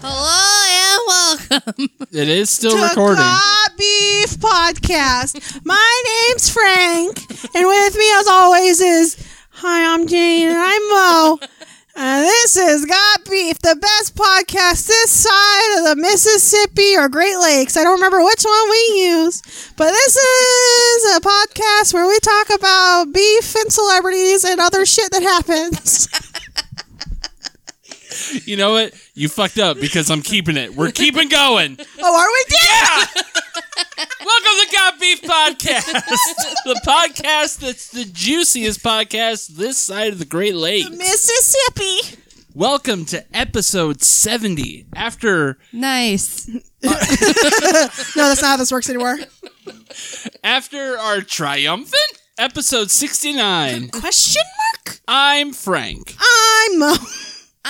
Hello and welcome. It is still to recording. Cod Beef Podcast. My name's Frank, and with me, as always, is Hi, I'm Jane, and I'm Mo. And this is God Beef, the best podcast this side of the Mississippi or Great Lakes. I don't remember which one we use, but this is a podcast where we talk about beef and celebrities and other shit that happens. You know what? You fucked up because I'm keeping it. We're keeping going. oh, are we dead? Yeah. Welcome to Got Beef Podcast, the podcast that's the juiciest podcast this side of the Great Lake. Mississippi. Welcome to episode 70. After Nice. No, that's not how this works anymore. after our triumphant episode 69, Question mark? I'm Frank. I'm Mo.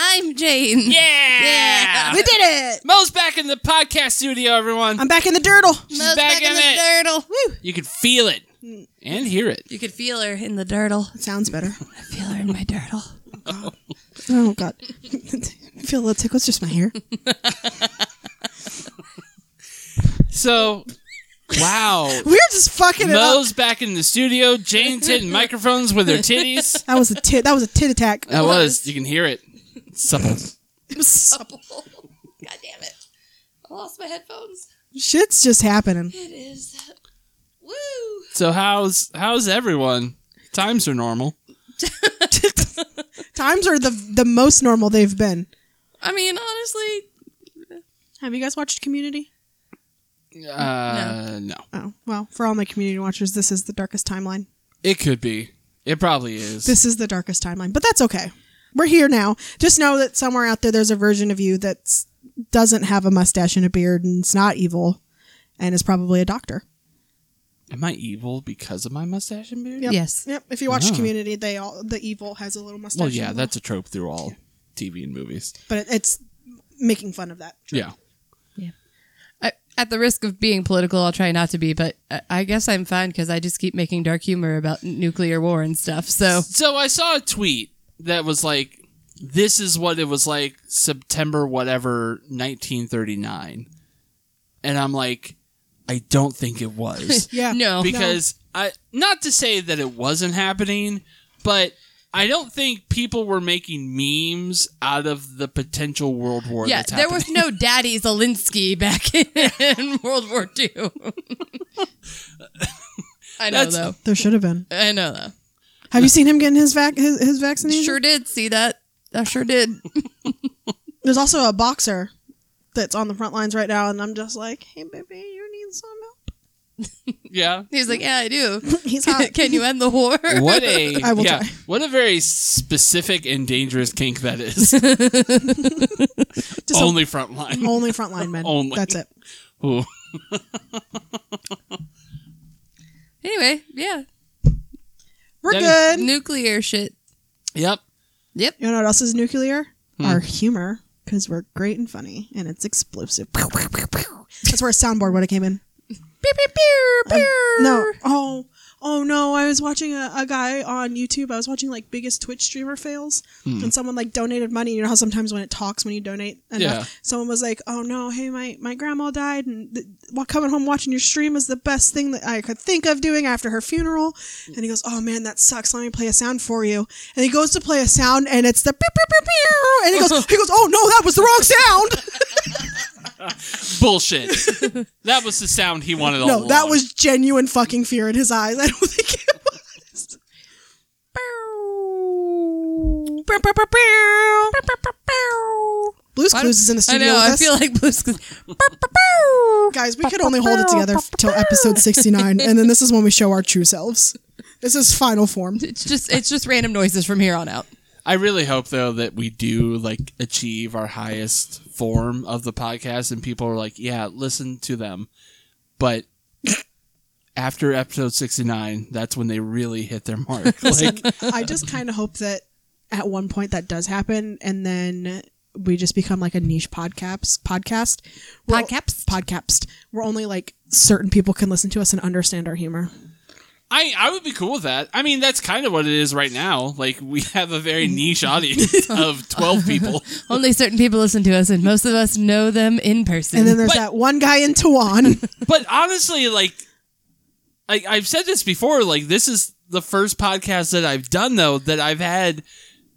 I'm Jane. Yeah. Yeah. We did it. Mo's back in the podcast studio, everyone. I'm back in the dirtle. Mo's She's back in it. the dirtle. You can feel it and hear it. You could feel her in the dirtle. It sounds better. I feel her in my dirtle. Oh god. I feel a little tickle. It's just my hair. So, wow. We're just fucking it up. Mo's back in the studio. Jane's hitting microphones with her titties. That was a tit. That was a tit attack. That was. You can hear it. Supple. God damn it. I lost my headphones. Shit's just happening. It is. Woo. So how's how's everyone? Times are normal. Times are the the most normal they've been. I mean, honestly, Have you guys watched Community? Uh, no. Oh well, for all my Community watchers, this is the darkest timeline. It could be. It probably is. This is the darkest timeline, but that's okay. We're here now. Just know that somewhere out there, there's a version of you that doesn't have a mustache and a beard, and it's not evil, and is probably a doctor. Am I evil because of my mustache and beard? Yep. Yes. Yep. If you watch Oh. Community, they all the evil has a little mustache. Well, and yeah, a that's a trope through all TV and movies. little- But it, it's making fun of that. Yeah. I, at the risk of being political, I'll try not to be, but I, I guess I'm fine because I just keep making dark humor about nuclear war and stuff. So So I saw a tweet that was like, "This is what it was like September whatever 1939," and I'm like, "I don't think it was." Yeah. no, because I not to say that it wasn't happening, but I don't think people were making memes out of the potential World War. yeah, that's there was happening. no Daddy Zelensky back in World War II. I know That's- though. There should have been. I know though. Have you seen him getting his vac his, his vaccination? Sure did see that. I sure did. There's also a boxer that's on the front lines right now, and I'm just like, hey, baby, you need some help. yeah. He's like, yeah, I do. He's hot. Can you end the war? What a I will yeah, try. what a very specific and dangerous kink that is. Just Only frontline. only frontline men. Only. That's it. Ooh. Anyway, yeah, We're That good. nuclear shit. Yep. Yep. You know what else is nuclear? Hmm. Our humor, because we're great and funny, and it's explosive. Pew, pew, pew, pew. That's where a soundboard would have came in. Pew, pew, pew, pew. No. Oh. Oh no, I was watching a, a guy on YouTube. I was watching like biggest Twitch streamer fails Hmm. and someone like donated money. You know how sometimes when it talks when you donate enough, Yeah. someone was like, "Oh no, hey my my grandma died and th- while coming home watching your stream is the best thing that I could think of doing after her funeral." And he goes, "Oh man, that sucks. Let me play a sound for you." And he goes to play a sound and it's the beep, beep, beep, beep. and he goes, he goes, "Oh no, that was the wrong sound." Bullshit. that was the sound he wanted all no, Oh, that along. was genuine fucking fear in his eyes. I don't think it was. Blues Clues is in the I studio know. with I us. feel like Blue's. Clues- Pew, pew, pew. Guys, we could only hold it together f- till episode 69, and then this is when we show our true selves. This is final form. It's just it's just random noises from here on out. I really hope though that we do like achieve our highest form of the podcast, and people are like, "Yeah, listen to them," but after episode sixty nine, that's when they really hit their mark. Like, I just kind of hope that at one point that does happen, and then we just become like a niche podcast. Podcast. We're- Podcast? Podcast. We're only like certain people can listen to us and understand our humor. I I would be cool with that. I mean, that's kind of what it is right now. Like we have a very niche audience of twelve people. Only certain people listen to us, and most of us know them in person. And then there's But- that one guy in Tawan. But honestly, like I, I've said this before, like this is the first podcast that I've done though that I've had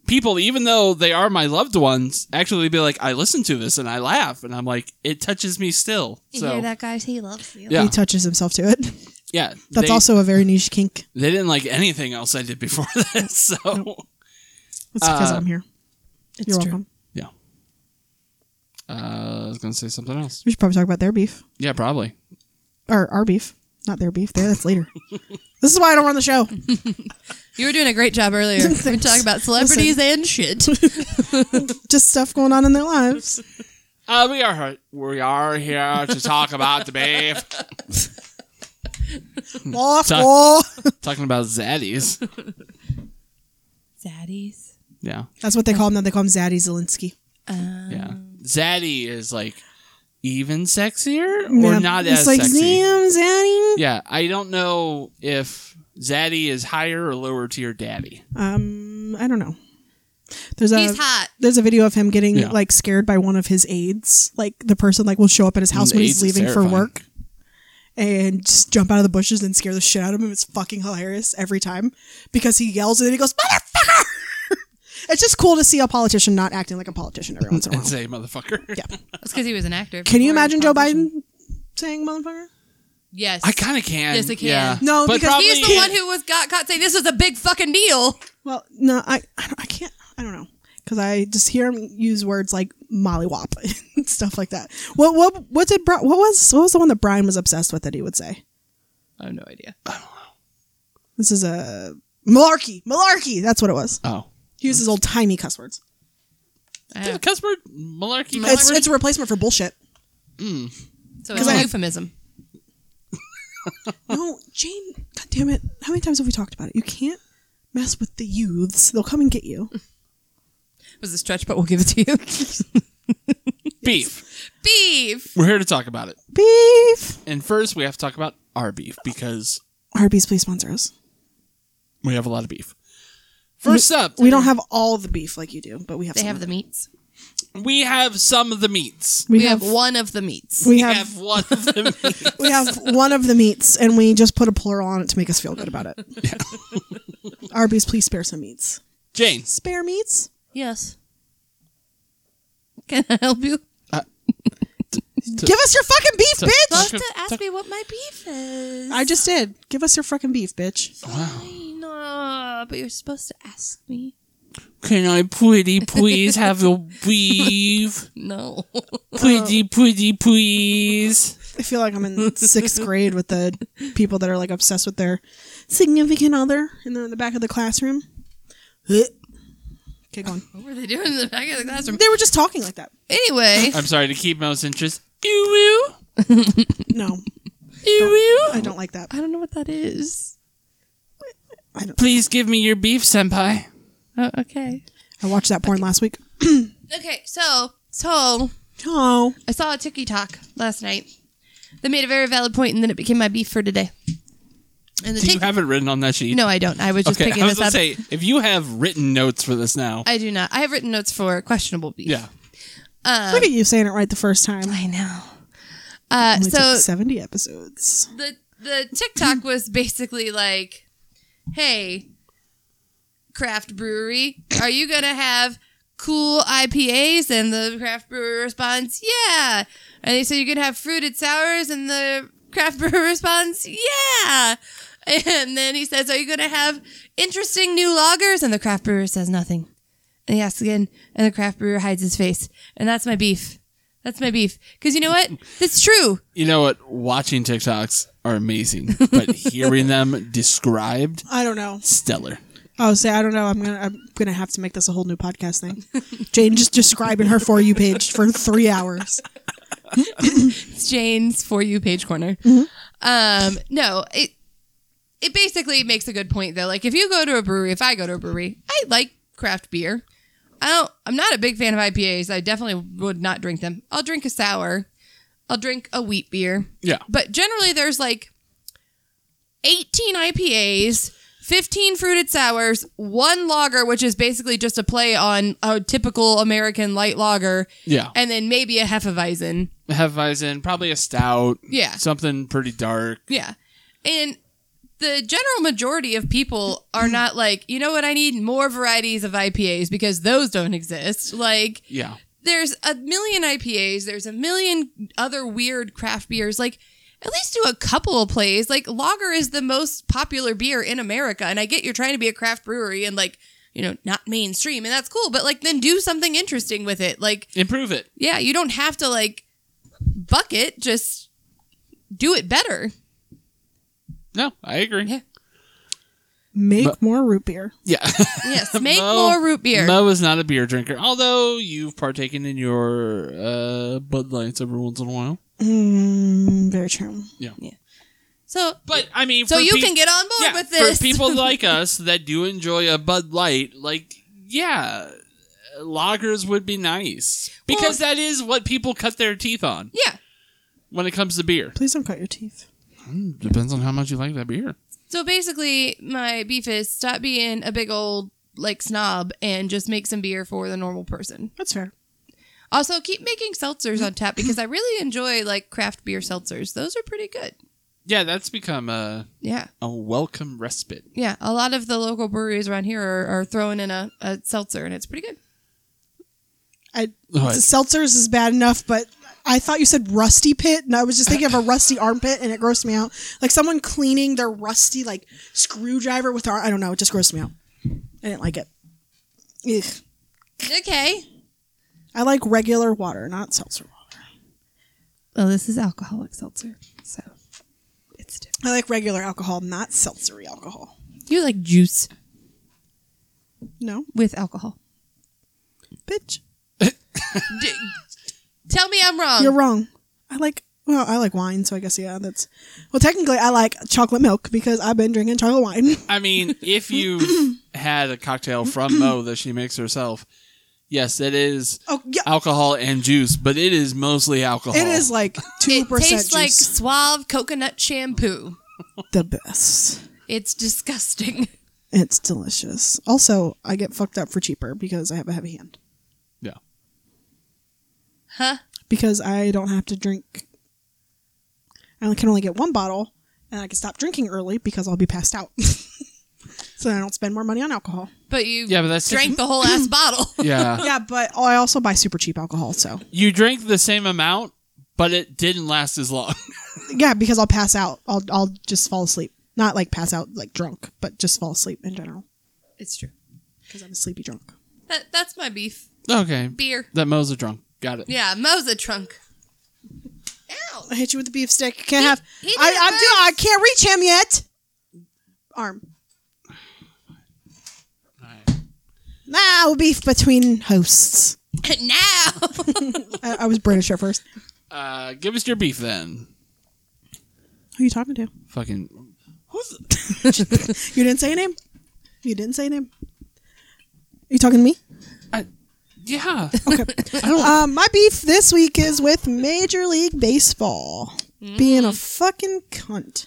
people, even though they are my loved ones, actually be like, I listen to this and I laugh, and I'm like, it touches me still. You So hear that, guys? He loves you. yeah, He touches himself to it. yeah. That's they, also a very niche kink. They didn't like anything else I did before this, so It's because Uh, I'm here. It's You're true. welcome. yeah. Uh, I was gonna say something else. We should probably talk about their beef Yeah, probably. or our beef, not their beef. There, that's later. this is why I don't run the show. You were doing a great job earlier. We We're talking about celebrities and shit. Just stuff going on in their lives. Uh, we are we are here to talk about the babe. Wah, Sorry. wah. Talking about zaddies. Zaddies. Yeah, That's what they call him now. They call him Zaddy Zelinsky. yeah. Um, Zaddy is like even sexier or Yeah. not it's as like, sexy. Zam, Zaddy. Yeah, I don't know if zaddy is higher or lower tier daddy. Um, I don't know. There's a He's hot. there's a video of him getting Yeah. like scared by one of his aides. Like the person like will show up at his house Mm, when aides he's is leaving for terrifying. work and just jump out of the bushes and scare the shit out of him. It's fucking hilarious every time because he yells and then he goes, Motherfucker It's just cool to see a politician not acting like a politician every once in a And while. say motherfucker. Yeah. That's because he was an actor. Can before you imagine he Joe was a politician. Biden saying motherfucker? Yes. I kind of can. Yes, I can. Yeah. No, but because probably, He's the one who was got caught saying this was a big fucking deal. Well, no, I I, don't, I can't. I don't know because I just hear him use words like mollywop and stuff like that. What what what did Bri- what was what was the one that Brian was obsessed with that he would say? I have no idea. This is a malarkey, malarkey. That's what it was. Oh, He uses old timey cuss words. I Is that a have, cuss word malarkey. It's it's a replacement for bullshit. so it's 'Cause I a have- euphemism. No, Jane. God damn it! How many times have we talked about it? You can't mess with the youths. They'll come and get you. It was a stretch, but we'll give it to you. beef. Beef. We're here to talk about it. Beef. And first, we have to talk about our beef because Arby's, please sponsor us. we have a lot of beef. First up, We don't have all the beef like you do, but we have. They some have of the it. meats. we have some of the meats. We, We have. have one of the meats. we We have have one of the meats. We have one of the meats, and we just put a plural on it to make us feel good about it. Arby's, please spare some meats. Jane, Spare meats? Yes. Can I help you? Give us your fucking beef, bitch! Supposed to ask me what my beef is. I just did. Give us your fucking beef, bitch. I know, but you're supposed to ask me. can I pretty please have a beef? No. Oh. Pretty pretty please. I feel like I'm in sixth grade with the people that are like obsessed with their significant other, and they're in the back of the classroom. Okay, go on. what were they doing in the back of the classroom? They were just talking like that. Anyway, I'm sorry to keep most interest. Ew No, ew ew. I don't like that. I don't know what that is. I, don't. Please give me your beef, senpai. Oh, okay. I watched that porn last week. Okay, so so Oh, I saw a TikTok last night. They made a very valid point, and then it became my beef for today. And the Do you Tik- have it written on that sheet? no, I don't. I was just Okay, picking I was this gonna up. say if you have written notes for this now. I do not. I have written notes for questionable beef. Uh, yeah. look at you saying it right the first time. I know. Uh, Only took so seventy episodes. the the TikTok was basically like, "Hey, craft brewery, are you gonna have cool IPAs?" And the craft brewer responds, "Yeah." And they said, "You're gonna have fruited sours," and the craft brewer responds, "Yeah." And then he says, "Are you gonna have interesting new lagers?" And the craft brewer says nothing. And he asks again, and the craft brewer hides his face. And that's my beef. That's my beef. Because you know what? It's true. You know what? Watching TikToks are amazing, but hearing them described, I don't know. stellar. Oh, say I don't know. I'm gonna I'm gonna have to make this a whole new podcast thing. Jane just describing her for you page for three hours. It's Jane's for you page corner. Um, no, it it basically makes a good point though. Like if you go to a brewery, if I go to a brewery, I like craft beer. I don't. I'm not a big fan of IPAs. I definitely would not drink them. I'll drink a sour. I'll drink a wheat beer. Yeah. But generally, there's like 18 IPAs, 15 fruited sours, one lager, which is basically just a play on a typical American light lager, Yeah. and then maybe a Hefeweizen. Hefeweizen, probably a stout. Yeah. Something pretty dark. Yeah. And the general majority of people are not like, you know what, I need more varieties of IPAs because those don't exist. Like, Yeah. there's a million IPAs, there's a million other weird craft beers. Like, at least do a couple of plays. Like, lager is the most popular beer in America. And I get you're trying to be a craft brewery and, like, you know, not mainstream, and that's cool, but like, then do something interesting with it. Like, Improve it. yeah, you don't have to like bucket, just do it better. No, I agree. Yeah. Make more root beer. Yeah. Yes, make Mo- more root beer. Mo is not a beer drinker, although you've partaken in your uh, Bud Lights every once in a while. Mm, very true. so, But I mean, so for you peop- can get on board yeah, with this. for people like us that do enjoy a Bud Light. Like, yeah, lagers would be nice because that is what people cut their teeth on yeah. when it comes to beer. Please don't cut your teeth. Depends on how much you like that beer. So basically, my beef is stop being a big old like snob and just make some beer for the normal person. That's fair. Also, keep making seltzers on tap because I really enjoy like craft beer seltzers. Those are pretty good. Yeah, that's become a Yeah. a welcome respite. Yeah. A lot of the local breweries around here are, are throwing in a, a seltzer and it's pretty good. I, the seltzers is bad enough, but I thought you said rusty pit, and I was just thinking of a rusty armpit, and it grossed me out. Like someone cleaning their rusty like screwdriver with their I don't know. It just grossed me out. I didn't like it. Ugh. Okay. I like regular water, not seltzer water. Well, this is alcoholic seltzer. So it's different. I like regular alcohol, not seltzery alcohol. You like juice No, with alcohol. bitch, D- Tell me I'm wrong. you're wrong. I like well, I like wine, so I guess yeah, that's well. Technically, I like chocolate milk because I've been drinking chocolate wine. I mean, if you had a cocktail from Mo that she makes herself, yes, it is Oh yeah, alcohol and juice, but it is mostly alcohol. it is like two It percent tastes juice. like suave coconut shampoo. the best. It's disgusting. It's delicious. Also, I get fucked up for cheaper because I have a heavy hand. Yeah. Huh? Because I don't have to drink. I only- can only get one bottle, and I can stop drinking early because I'll be passed out. so I don't spend more money on alcohol. But you Yeah, but that's drank the whole ass bottle. Yeah. Yeah, but oh, I also buy super cheap alcohol. So You drank the same amount, but it didn't last as long. yeah, because I'll pass out. I'll I'll just fall asleep. Not like pass out like drunk, but just fall asleep in general It's true. because I'm a sleepy drunk. That, that's my beef. okay. Beer. That Mo's a drunk. Got it. Yeah, Mo's a trunk. Ow. I hit you with the beef stick. You can't have. he did I, it I'm doing. I can't reach him yet. Arm. Now beef between hosts. now. I, I was British at first. Uh, give us your beef then. Who are you talking to? Fucking. Who's You didn't say a name. You didn't say a name. you talking to me? I, yeah. Um, my beef this week is with Major League Baseball Mm. being a fucking cunt.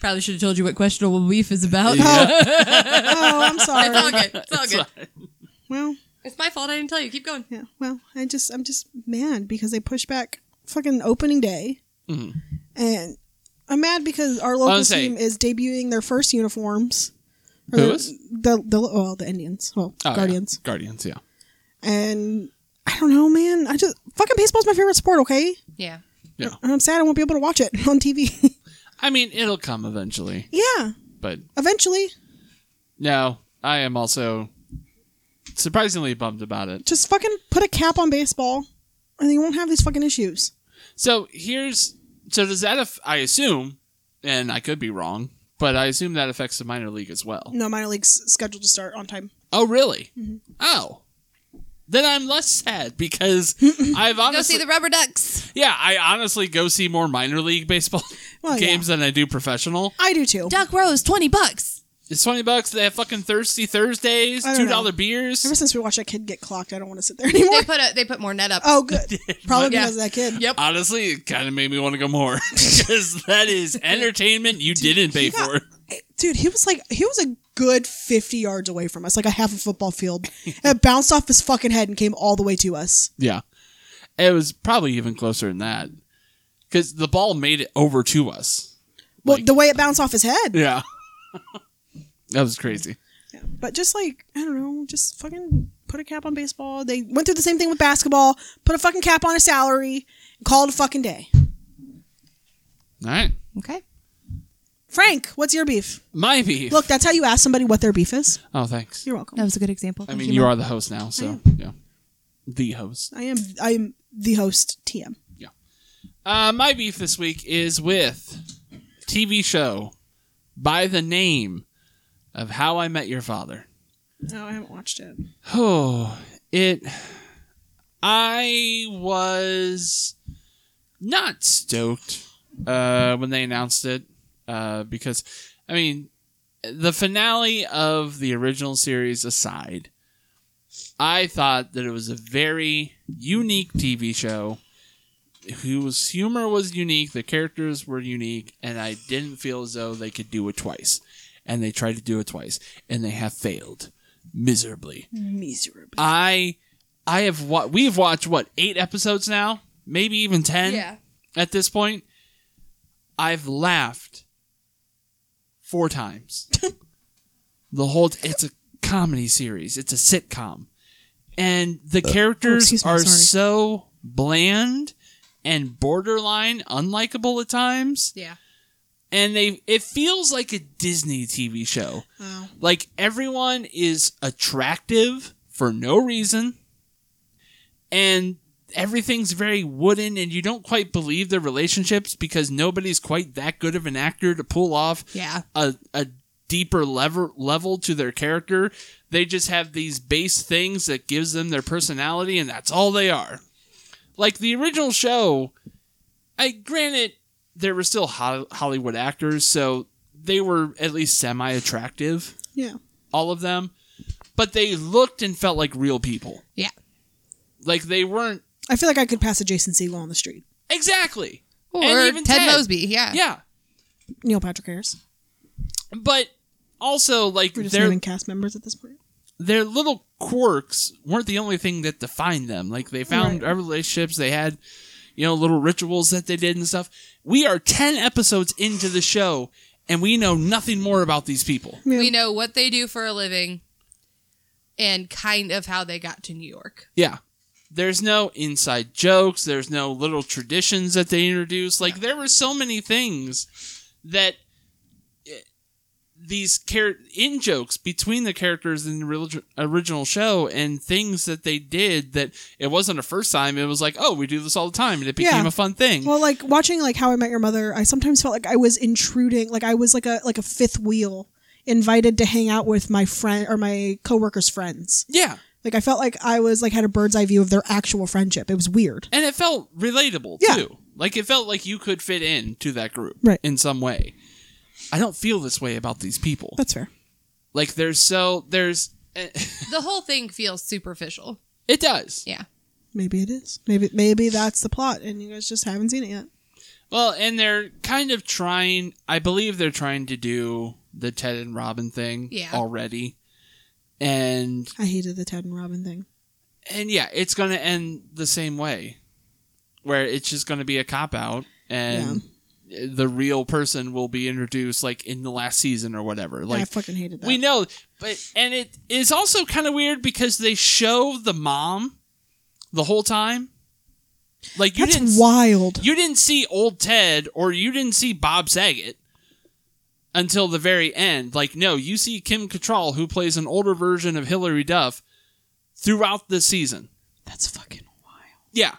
Probably should have told you what questionable beef is about. Yeah. Oh, I'm It's all sorry. good. It's all good. Well, It's my fault I didn't tell you. Keep going. Yeah. Well, I just I'm just mad because they pushed back fucking opening day, Mhm. and I'm mad because our local gonna say- team is debuting their first uniforms. Or Who the- is? the the well the Indians, well Oh, yeah. Guardians, Guardians, yeah. and I don't know, man. I just fucking baseball's my favorite sport. Okay, Yeah. Yeah. and I'm sad I won't be able to watch it on TV. I mean, it'll come eventually, yeah, but eventually. no, I am also surprisingly bummed about it. Just fucking put a cap on baseball, and you won't have these fucking issues. So here's so does that aff- I assume, and I could be wrong, but I assume that affects the minor league as well. No minor leagues scheduled to start on time. Oh really? Mm-hmm. Oh, then I'm less sad because I've Go see honestly the rubber ducks. yeah I honestly go see more minor league baseball Well, Oh, yeah. games than I do professional. I do too. Duck Rose, 20 bucks. It's twenty bucks. They have fucking thirsty Thursdays, I two don't know. dollar beers. Ever since we watched that kid get clocked, I don't want to sit there They anymore. put a, they put more net up. Oh, good. Probably Yeah. because of that kid. Yep. Honestly, it kind of made me want to go more because that is entertainment you didn't pay for. Eh, Dude, he was like, he was a good 50 yards away from us, like a half a football field. and it bounced off his fucking head and came all the way to us. Yeah, it was probably even closer than that because the ball made it over to us. Well, Like- the way it bounced off his head. Yeah, that was crazy. Yeah. But just like, I don't know, just fucking put a cap on baseball. They went through the same thing with basketball, put a fucking cap on a salary, and call it a fucking day. All right, Okay. Frank, what's your beef? my beef. Look, that's how you ask somebody what their beef is. Oh, thanks. You're welcome. That was a good example. I Thank mean, you, you Mom. are the host now, so yeah, the host. I am I am the host, TM. Uh, my beef this week is with TV show by the name of How I Met Your Father. No, I haven't watched it. Oh, it. I was not stoked uh, when they announced it uh, because, I mean, the finale of the original series aside, I thought that it was a very unique TV show whose humor was unique, the characters were unique, and I didn't feel as though they could do it twice. And they tried to do it twice, and they have failed miserably. Miserable. I I have wa- we've watched what eight episodes now, maybe even ten Yeah. at this point. I've laughed four times. the whole it's a comedy series. It's a sitcom, and the characters excuse me, are sorry. so bland and borderline unlikable at times. Yeah. And they it feels like a Disney TV show. Oh. Like everyone is attractive for no reason, and everything's very wooden, and you don't quite believe their relationships because nobody's quite that good of an actor to pull off Yeah. a, a deeper level level to their character. They just have these base things that gives them their personality, and that's all they are. Like the original show, I granted there were still Hol- Hollywood actors, so they were at least semi attractive Yeah. all of them, but they looked and felt like real people. Yeah. Like they weren't I feel like I could pass a Jason Segel on the street. exactly. Or And even Ted, Ted. Mosby. Yeah. Yeah. Neil Patrick Harris. But also like We're just their naming cast members at this point. their little quirks weren't the only thing that defined them. Like they found other relationships, they had you know little rituals that they did and stuff. We are 10 episodes into the show and we know nothing more about these people. We know what they do for a living and kind of how they got to New York. Yeah. There's no inside jokes. There's no little traditions that they introduce. Like there were so many things that eh, these char- in jokes between the characters in the relig- original show and things that they did that it wasn't a first time. It was like, oh, we do this all the time, and it became Yeah. a fun thing. Well, like watching like How I Met Your Mother, I sometimes felt like I was intruding, like I was like a like a fifth wheel invited to hang out with my friend or my coworkers' friends. yeah, Like I felt like I was like had a bird's eye view of their actual friendship. It was weird. and it felt relatable Yeah. too. Like it felt like you could fit in to that group Right. in some way. I don't feel this way about these people. That's fair. Like there's so there's. eh, The whole thing feels superficial. It does. Yeah. Maybe it is. Maybe maybe that's the plot, and you guys just haven't seen it yet. Well, and they're kind of trying. I believe they're trying to do the Ted and Robin thing Yeah. already, and I hated the Ted and Robin thing. and yeah, it's going to end the same way, where it's just going to be a cop out, and the real person will be introduced like in the last season or whatever. I Like fucking hated that. we know, but and it is also kind of weird because they show the mom the whole time. Like you didn't that's wild. you didn't see old Ted or you didn't see Bob Saget until the very end. Like, no, you see Kim Cattrall, who plays an older version of Hilary Duff, throughout the season. That's fucking wild. Yeah,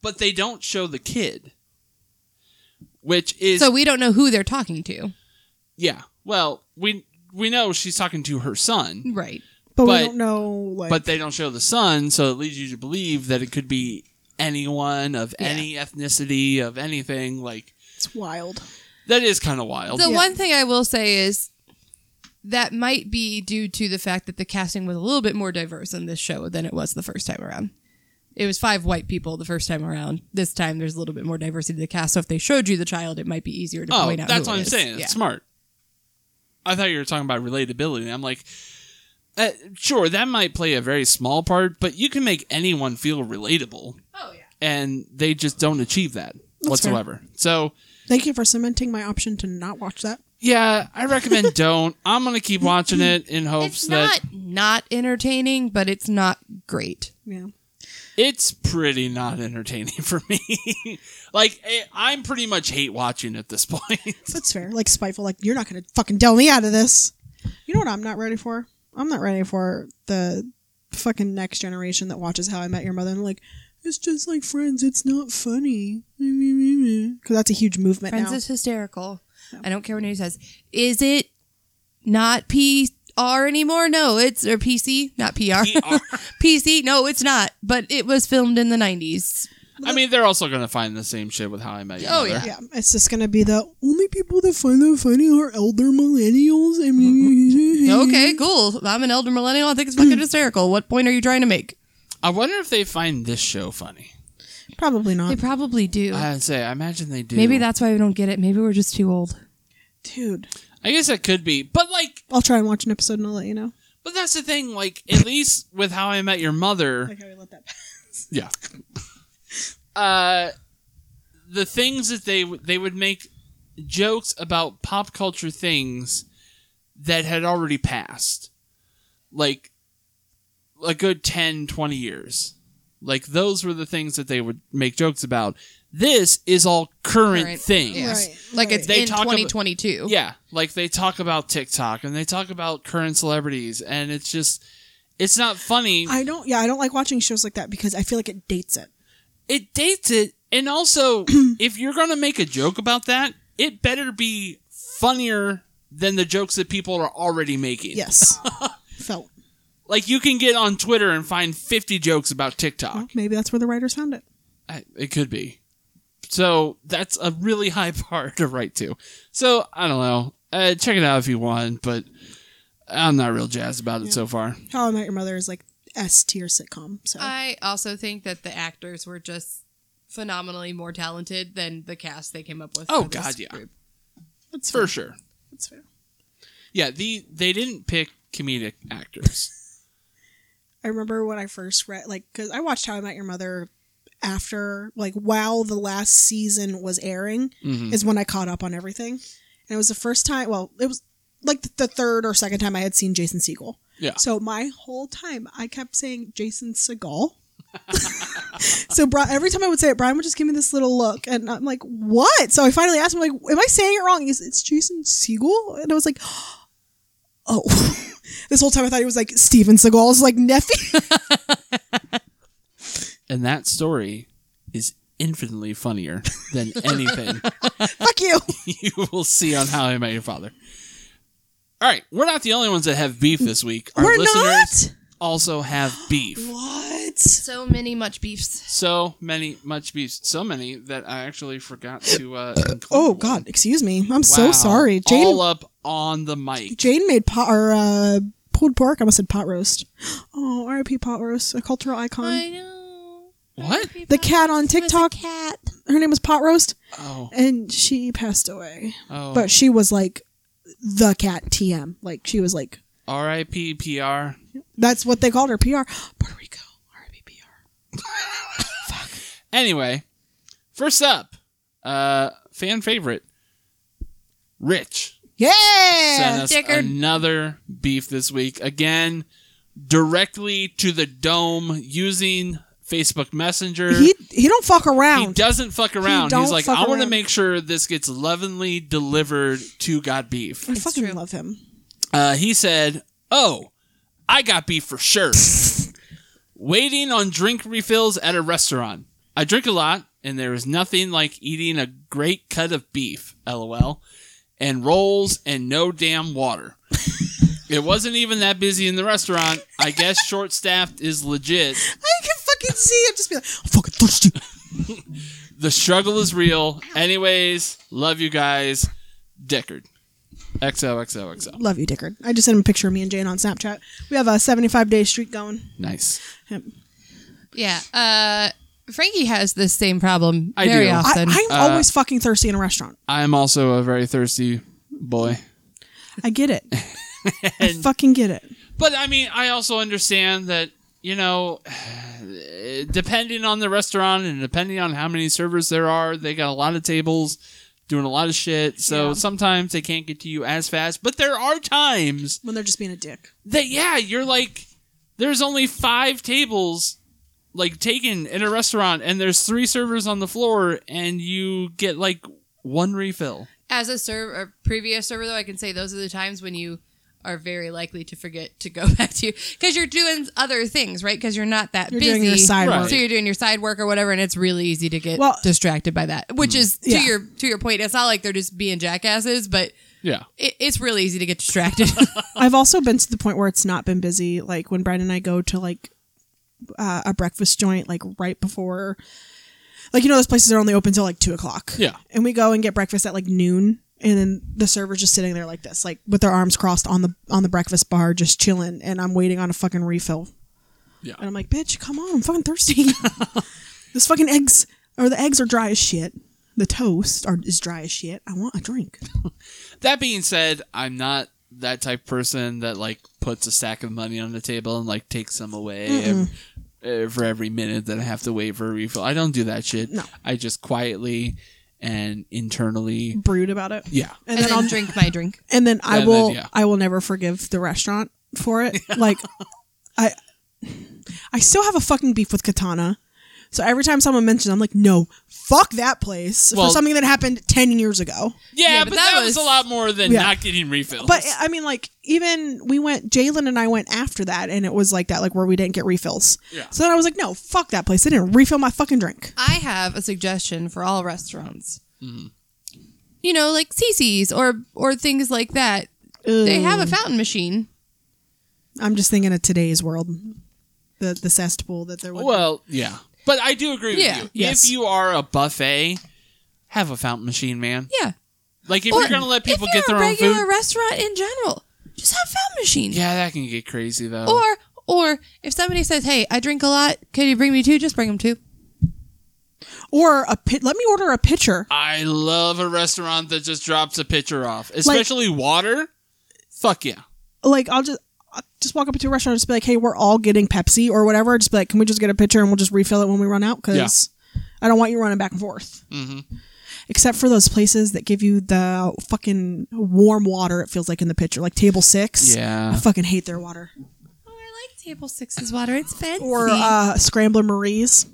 but they don't show the kid, which is So we don't know who they're talking to. yeah. Well, we we know she's talking to her son, Right. But, But- we don't know. Like, but they don't show the son, so it leads you to believe that it could be anyone of any ethnicity of anything. Like it's wild. that is kind of wild. The Yeah. one thing I will say is that might be due to the fact that the casting was a little bit more diverse on this show than it was the first time around. It was five white people the first time around. This time, there's a little bit more diversity to the cast. So if they showed you the child, it might be easier to Oh, point out. that's who what it I'm is. saying. Yeah. It's smart. I thought you were talking about relatability. and I'm like, uh, sure, that might play a very small part, but you can make anyone feel relatable, Oh yeah. and they just don't achieve that fair. whatsoever. So, Thank you for cementing my option to not watch that. yeah, I recommend don't. I'm gonna keep watching it in hopes It's that not not entertaining, but it's not great. Yeah. it's pretty not entertaining for me. like, eh, I'm pretty much hate watching at this point. That's fair. Like spiteful. Like you're not gonna fucking tell me out of this. You know what I'm not ready for? I'm not ready for the fucking next generation that watches How I Met Your Mother and like it's just like Friends. It's not funny. Because that's a huge movement Friends now. is hysterical. I don't care what news says. Is it not PR anymore? No, it's or PC, not PR. PC, no, it's not. But it was filmed in the nineties. I mean, they're also gonna find the same shit with How I Met Your Oh, Mother. yeah. yeah, it's just gonna be the only people that find that funny are elder millennials. And Okay, cool. I'm an elder millennial. I think it's fucking hysterical. What point are you trying to make? I wonder if they find this show funny. probably not. They probably do. I'd say I imagine they do. Maybe that's why we don't get it. Maybe we're just too old. Dude, I guess that could be, but like, I'll try and watch an episode and I'll let you know. but that's the thing. Like, at least with How I Met Your Mother, how we let that. yeah. Uh, the things that they w- they would make jokes about pop culture things that had already passed, like a good 10, 20 years. Like those were the things that they would make jokes about. This is all current, Current, things. yeah. Right. Like right. it's They in talk about- 2022. Yeah, like they talk about TikTok and they talk about current celebrities, and it's just, it's not funny. I don't. Yeah, I don't like watching shows like that because I feel like it dates it. it dates it, and also, if you're gonna make a joke about that, it better be funnier than the jokes that people are already making. Yes. Felt. Like you can get on Twitter and find 50 jokes about TikTok. Maybe that's where the writers found it. I- It could be. So that's a really high bar to write to. So I don't know. Uh, check it out if you want, but I'm not real jazzed about it so far. How I Met Your Mother is like S tier sitcom. Oh. So I also think that the actors were just phenomenally more talented than the cast they came up with. Oh, for this God, yeah. group. that's For sure. That's fair. Yeah, the they didn't pick comedic actors. I remember when I first read, like, because I watched How I Met Your Mother after, like, while the last season was airing, Mm-hmm. is when I caught up on everything. And it was the first time, well, it was like the third or second time I had seen Jason Segel. Yeah. So my whole time, I kept saying Jason Segal. so Bri- every time I would say it, Brian would just give me this little look, and I'm like, "What?" So I finally asked him, "Like, am I saying it wrong?" He's, "It's Jason Segel," and I was like, "Oh." this whole time I thought he was like Steven Seagal's like nephew. And that story is infinitely funnier than anything Fuck you. you will see on How I Met Your Father. All right, we're not the only ones that have beef this week. Our We're listeners also have beef. What? So many much beefs. So many, much beefs. So many that I actually forgot to. Uh, include Oh one. God, excuse me. I'm so Wow. sorry. Jane All up on the mic. Jane made pot or uh, pulled pork. I almost said pot roast. Oh, R.I.P. pot roast, a cultural icon. I know. What? the cat on TikTok. Cat. Her name was Pot Roast, Oh, and she passed away. oh. But she was like the cat TM. Like she was like R.I.P. PR. that's what they called her PR. Puerto Rico R.I.P. PR. Anyway, first up, uh, fan favorite, Rich sent Yeah. us Dickard. another beef this week again, directly to the dome using Facebook Messenger. He he don't fuck He around. doesn't fuck around. don't He's like, fuck I want to around." make sure this gets lovingly delivered to God Beef. I fucking true. love him. Uh, he said, "Oh, I got beef for sure." Waiting on drink refills at a restaurant. I drink a lot, and there is nothing like eating a great cut of beef. LOL. And rolls and no damn water. it wasn't even that busy in the restaurant. I guess short staffed is legit. I can fucking see him just be like, I'm fucking thirsty. The struggle is real. Anyways, love you guys. Deckard. XOXOXO. Love you, Dickard. I just sent him a picture of me and Jane on Snapchat. We have a 75 day streak going. Nice. Yep. Yeah. Uh, Frankie has this same problem I very do. I- I, often. I'm always fucking thirsty in a restaurant. I am also a very thirsty boy. I get it. I fucking get it. But I mean, I also understand that, you know, depending on the restaurant and depending on how many servers there are, they got a lot of tables doing a lot of shit. So sometimes they can't get to you as fast. But there are times When they're just being a dick. that, yeah, you're like, there's only five tables like taken in a restaurant and there's three servers on the floor and you get like one refill. As a server, or previous server, though, I can say those are the times when you are very likely to forget to go back to because you're doing other things, right? Because you're not that You're busy. doing your side Right. work. So you're doing your side work or whatever, and it's really easy to get Well- distracted by that. Which is to Yeah. your to your point. It's not like they're just being jackasses, but Yeah. it, it's really easy to get distracted. I've also been to the point where it's not been busy. Like when Brian and I go to like uh, a breakfast joint, like right before, like you know those places are only open till like two o'clock. Yeah. and we go and get breakfast at like noon, and then the server's just sitting there like this, like with their arms crossed on the on the breakfast bar, just chilling, and I'm waiting on a fucking refill. Yeah. and I'm like, bitch, come on, I'm fucking thirsty. this fucking eggs or the eggs are dry as shit. The toast are is dry as shit. I want a drink. That being said, I'm not that type of person that like puts a stack of money on the table and like takes some away ev- eh, for every minute that I have to wait for a refill. I don't do that shit. No. I just quietly and internally. Brood about it. Yeah. and then drink my drink. and then I And then, will yeah. I will never forgive the restaurant for it. Like I I still have a fucking beef with Katana. So every time someone mentions, it, I'm like, no, fuck that place Well- for something that happened ten years ago. Yeah, Yeah, but, that, was, a lot more than Yeah. not getting refills. But I mean, like, even we went, Jalen and I went after that, and it was like that, like where we didn't get refills. Yeah. So then I was like, no, fuck that place. They didn't refill my fucking drink. I have a suggestion for all restaurants. You know, like CC's or or things like that. They have a fountain machine. I'm just thinking of today's world, the the cesspool that there was. well, yeah. But I do agree Yeah. with you. Yes. If you are a buffet, have a fountain machine, man. Yeah. Like if Or you're gonna let people if get you're their a own regular food, restaurant in general, just have fountain machine. yeah, that can get crazy though. Or or if somebody says, "Hey, I drink a lot. Can you bring me two? Just bring them two. or a pit. Let me order a pitcher. I love a restaurant that just drops a pitcher off, especially water. Fuck yeah. like I'll just I'll just walk up to a restaurant and just be like, "Hey, we're all getting Pepsi or whatever." Just be like, "Can we just get a pitcher and we'll just refill it when we run out?" Because I don't want you running back and forth. Mhm. Except for those places that give you the fucking warm water. It feels like in the pitcher, like table six. Yeah. I fucking hate their water. Oh, I like table six's water. It's fancy. Or uh, Scrambler Marie's.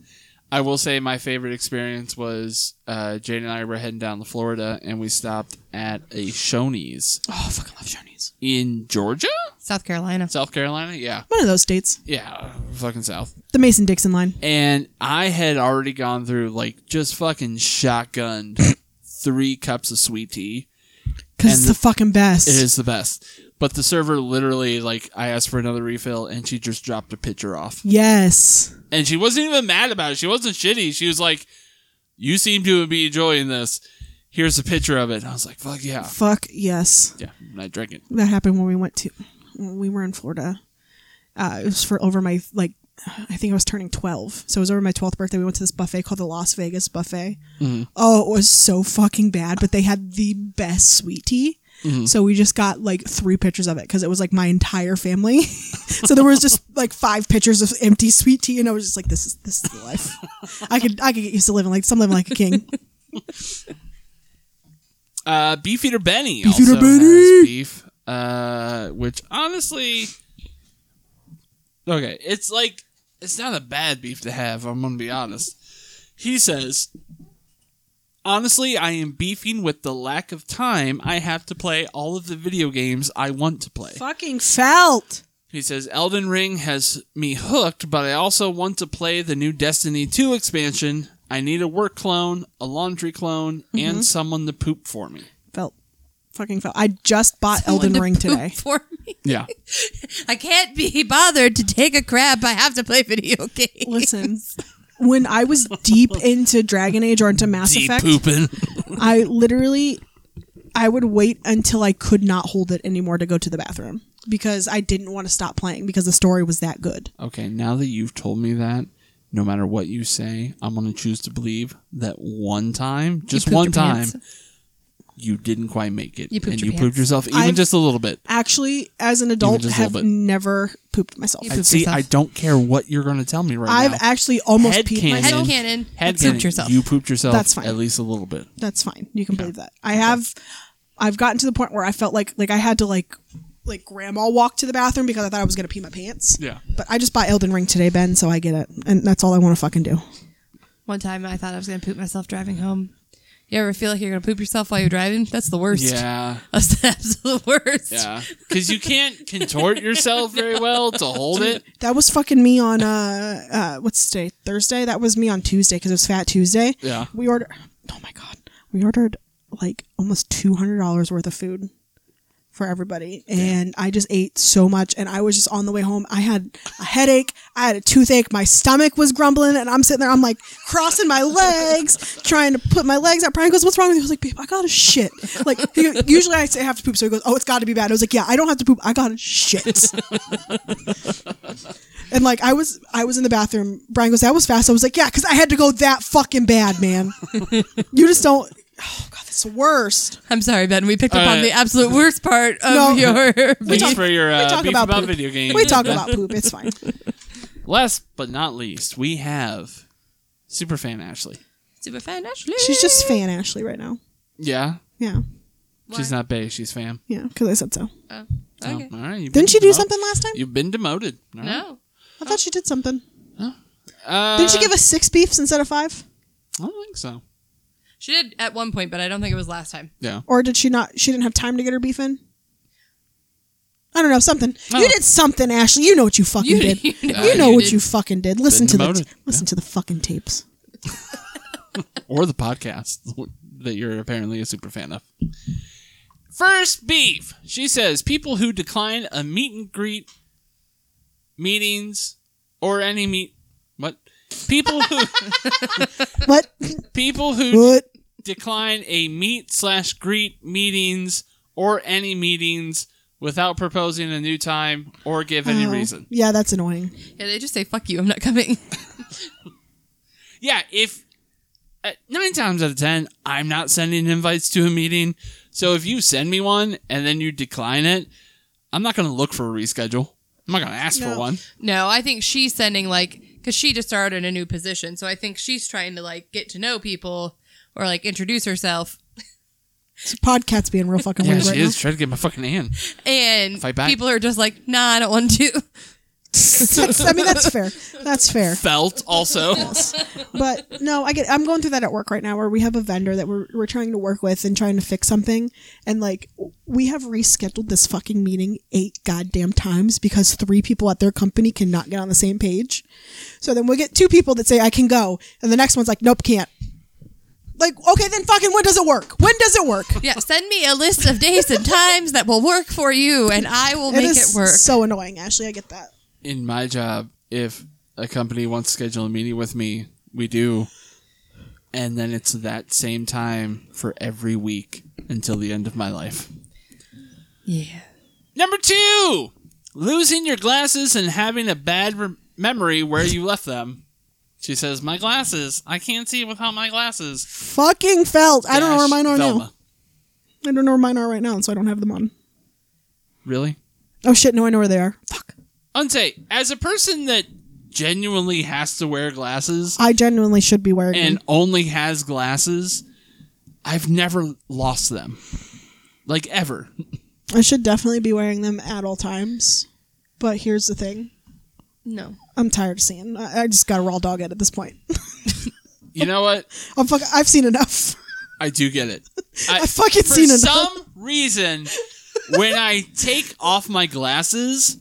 I will say my favorite experience was uh, Jade and I were heading down to Florida and we stopped at a Shoney's Oh, I fucking love Shoney's. in Georgia, South Carolina. South Carolina. Yeah. One of those states, Yeah. Fucking South. the Mason Dixon line. And I had already gone through like just fucking shotgunned three cups of sweet tea. And Because it's the fucking best. It is the best. But the server literally, like, I asked for another refill and she just dropped a pitcher off. Yes. And she wasn't even mad about it. She wasn't shitty. She was like, "You seem to be enjoying this. Here's a picture of it." And I was like, "Fuck yeah, Fuck yes. yeah." And I drank it. that happened when we went to when we were in Florida. Uh, it was for over my like I think I was turning twelve, so it was over my twelfth birthday. We went to this buffet called the Las Vegas Buffet. Oh, it was so fucking bad, but they had the best sweet tea. So we just got like three pitchers of it because it was like my entire family. so there was just like five pitchers of empty sweet tea, and I was just like, "This is this is the life. I could I could get used to living like some living like a king." Uh, Beefeater Benny Beefeater also Benny! has beef, uh, which honestly, okay, it's like it's not a bad beef to have. I'm gonna be honest. He says, "Honestly, I am beefing with the lack of time I have to play all of the video games I want to play." fucking felt. He says Elden Ring has me hooked, but I also want to play the new Destiny 2 expansion. I need a work clone, a laundry clone, Mm-hmm. and someone to poop for me. felt fucking felt. I just bought Someone to Elden Ring poop today. For me. Yeah. I can't be bothered to take a crap. I have to play video games. Listen, when I was deep into Dragon Age or into Mass Deep Effect, pooping. I literally I would wait until I could not hold it anymore to go to the bathroom because I didn't want to stop playing because the story was that good. Okay, now that you've told me that, no matter what you say, I'm going to choose to believe that one time, just pooped one your time, pants. you didn't quite make it. You pooped and your you pooped pants. yourself even I've- just a little bit. Actually, as an adult, just a have little bit. never pooped myself. You I pooped see, yourself. I don't care what you're going to tell me right I've now. actually almost Head peed cannon. myself. Head cannon. Head pooped cannon, yourself. You pooped yourself That's fine. at least a little bit. that's fine. You can believe that. I have, I've gotten to the point where I felt like like I had to like like grandma walk to the bathroom because I thought I was gonna pee my pants. Yeah. But I just bought Elden Ring today, Ben, so I get it, and that's all I want to fucking do. One time I thought I was going to poop myself driving home. You ever feel like you're going to poop yourself while you're driving? That's the worst. Yeah. That's the absolute worst. Yeah. Because you can't contort yourself very well to hold it. That was fucking me on uh, uh what's today Thursday. That was me on Tuesday because it was Fat Tuesday. Yeah. We ordered. Oh my god, we ordered like almost two hundred dollars worth of food for everybody, and I just ate so much. And I was just on the way home. I had a headache. I had a toothache. My stomach was grumbling, and I'm sitting there. I'm like crossing my legs, trying to put my legs up. Brian goes, "What's wrong with you?" I was like, "Babe, I got to shit." Like he, usually I say I have to poop, so he goes, "Oh, it's got to be bad." I was like, "Yeah, I don't have to poop. I got to shit." And like I was, I was in the bathroom. Brian goes, "That was fast." I was like, "Yeah," because I had to go that fucking bad, man. you just don't. Oh god, that's the worst. I'm sorry, Ben. We picked up on Uh, the absolute worst part of No. your. Thanks for your we uh, talk beef about about, poop. video games. We talk about poop. It's fine. Last but not least, we have Superfan Ashley. Super fan, Ashley. She's just fan Ashley right now. Yeah. Yeah, She's not Bay. She's fam. yeah, because I said so. Oh, Oh, okay. all right. you've been Didn't she do demoted. something last time? You've been demoted. All right. No. I thought she did something. Uh, Didn't she give us six beefs instead of five? I don't think so. She did at one point, but I don't think it was last time. Yeah. Or did she not? She didn't have time to get her beef in. I don't know something. Oh. You did something, Ashley. You know what you fucking You- did. you You know know, you what did. you fucking did. Listen Been to the demoted. listen to the fucking tapes. Or the podcast that you're apparently a super fan of. First beef. She says people who decline a meet and greet meetings or any meet what people who What? people who What? decline a meet slash greet meetings or any meetings without proposing a new time or give any Oh. reason. Yeah, that's annoying. Yeah, they just say, fuck you, I'm not coming. Yeah, if uh, nine times out of ten, I'm not sending invites to a meeting. So if you send me one and then you decline it, I'm not going to look for a reschedule. I'm not going to ask No. for one. No, I think she's sending like because she just started in a new position, so I think she's trying to like get to know people or like introduce herself. This podcast's being real fucking Yeah, weird she right is trying to get my fucking hand. And Fight back. people are just like, nah, I don't want to. now. That's- I mean, that's fair. That's fair. Felt also. But no, I get. I'm going through that at work right now, where we have a vendor that we're we're trying to work with and trying to fix something, and like we have rescheduled this fucking meeting eight goddamn times because three people at their company cannot get on the same page. So then we get two people that say I can go, and the next one's like, nope, can't. Like, okay, then fucking when does it work? When does it work? Yeah, send me a list of days and times that will work for you, and I will make it it is work. so annoying, Ashley. I get that. in my job, if a company wants to schedule a meeting with me, we do. And then it's that same time for every week until the end of my life. yeah. Number two, losing your glasses and having a bad re- memory where you left them. She says, My glasses. I can't see without my glasses. Fucking felt. I don't know where Dash mine are now. Velma. I don't know where mine are right now, so I don't have them on. Really? Oh shit! No, I know where they are. Fuck. Unsay, as a person that genuinely has to wear glasses, I genuinely should be wearing and them. only has glasses, I've never lost them. Like ever. I should definitely be wearing them at all times. But here's the thing: No. I'm tired of seeing. I, I just got a raw dog at at this point. You know what? I'm fuck. I've seen enough. I do get it. I've fucking for seen enough. some reason when I take off my glasses,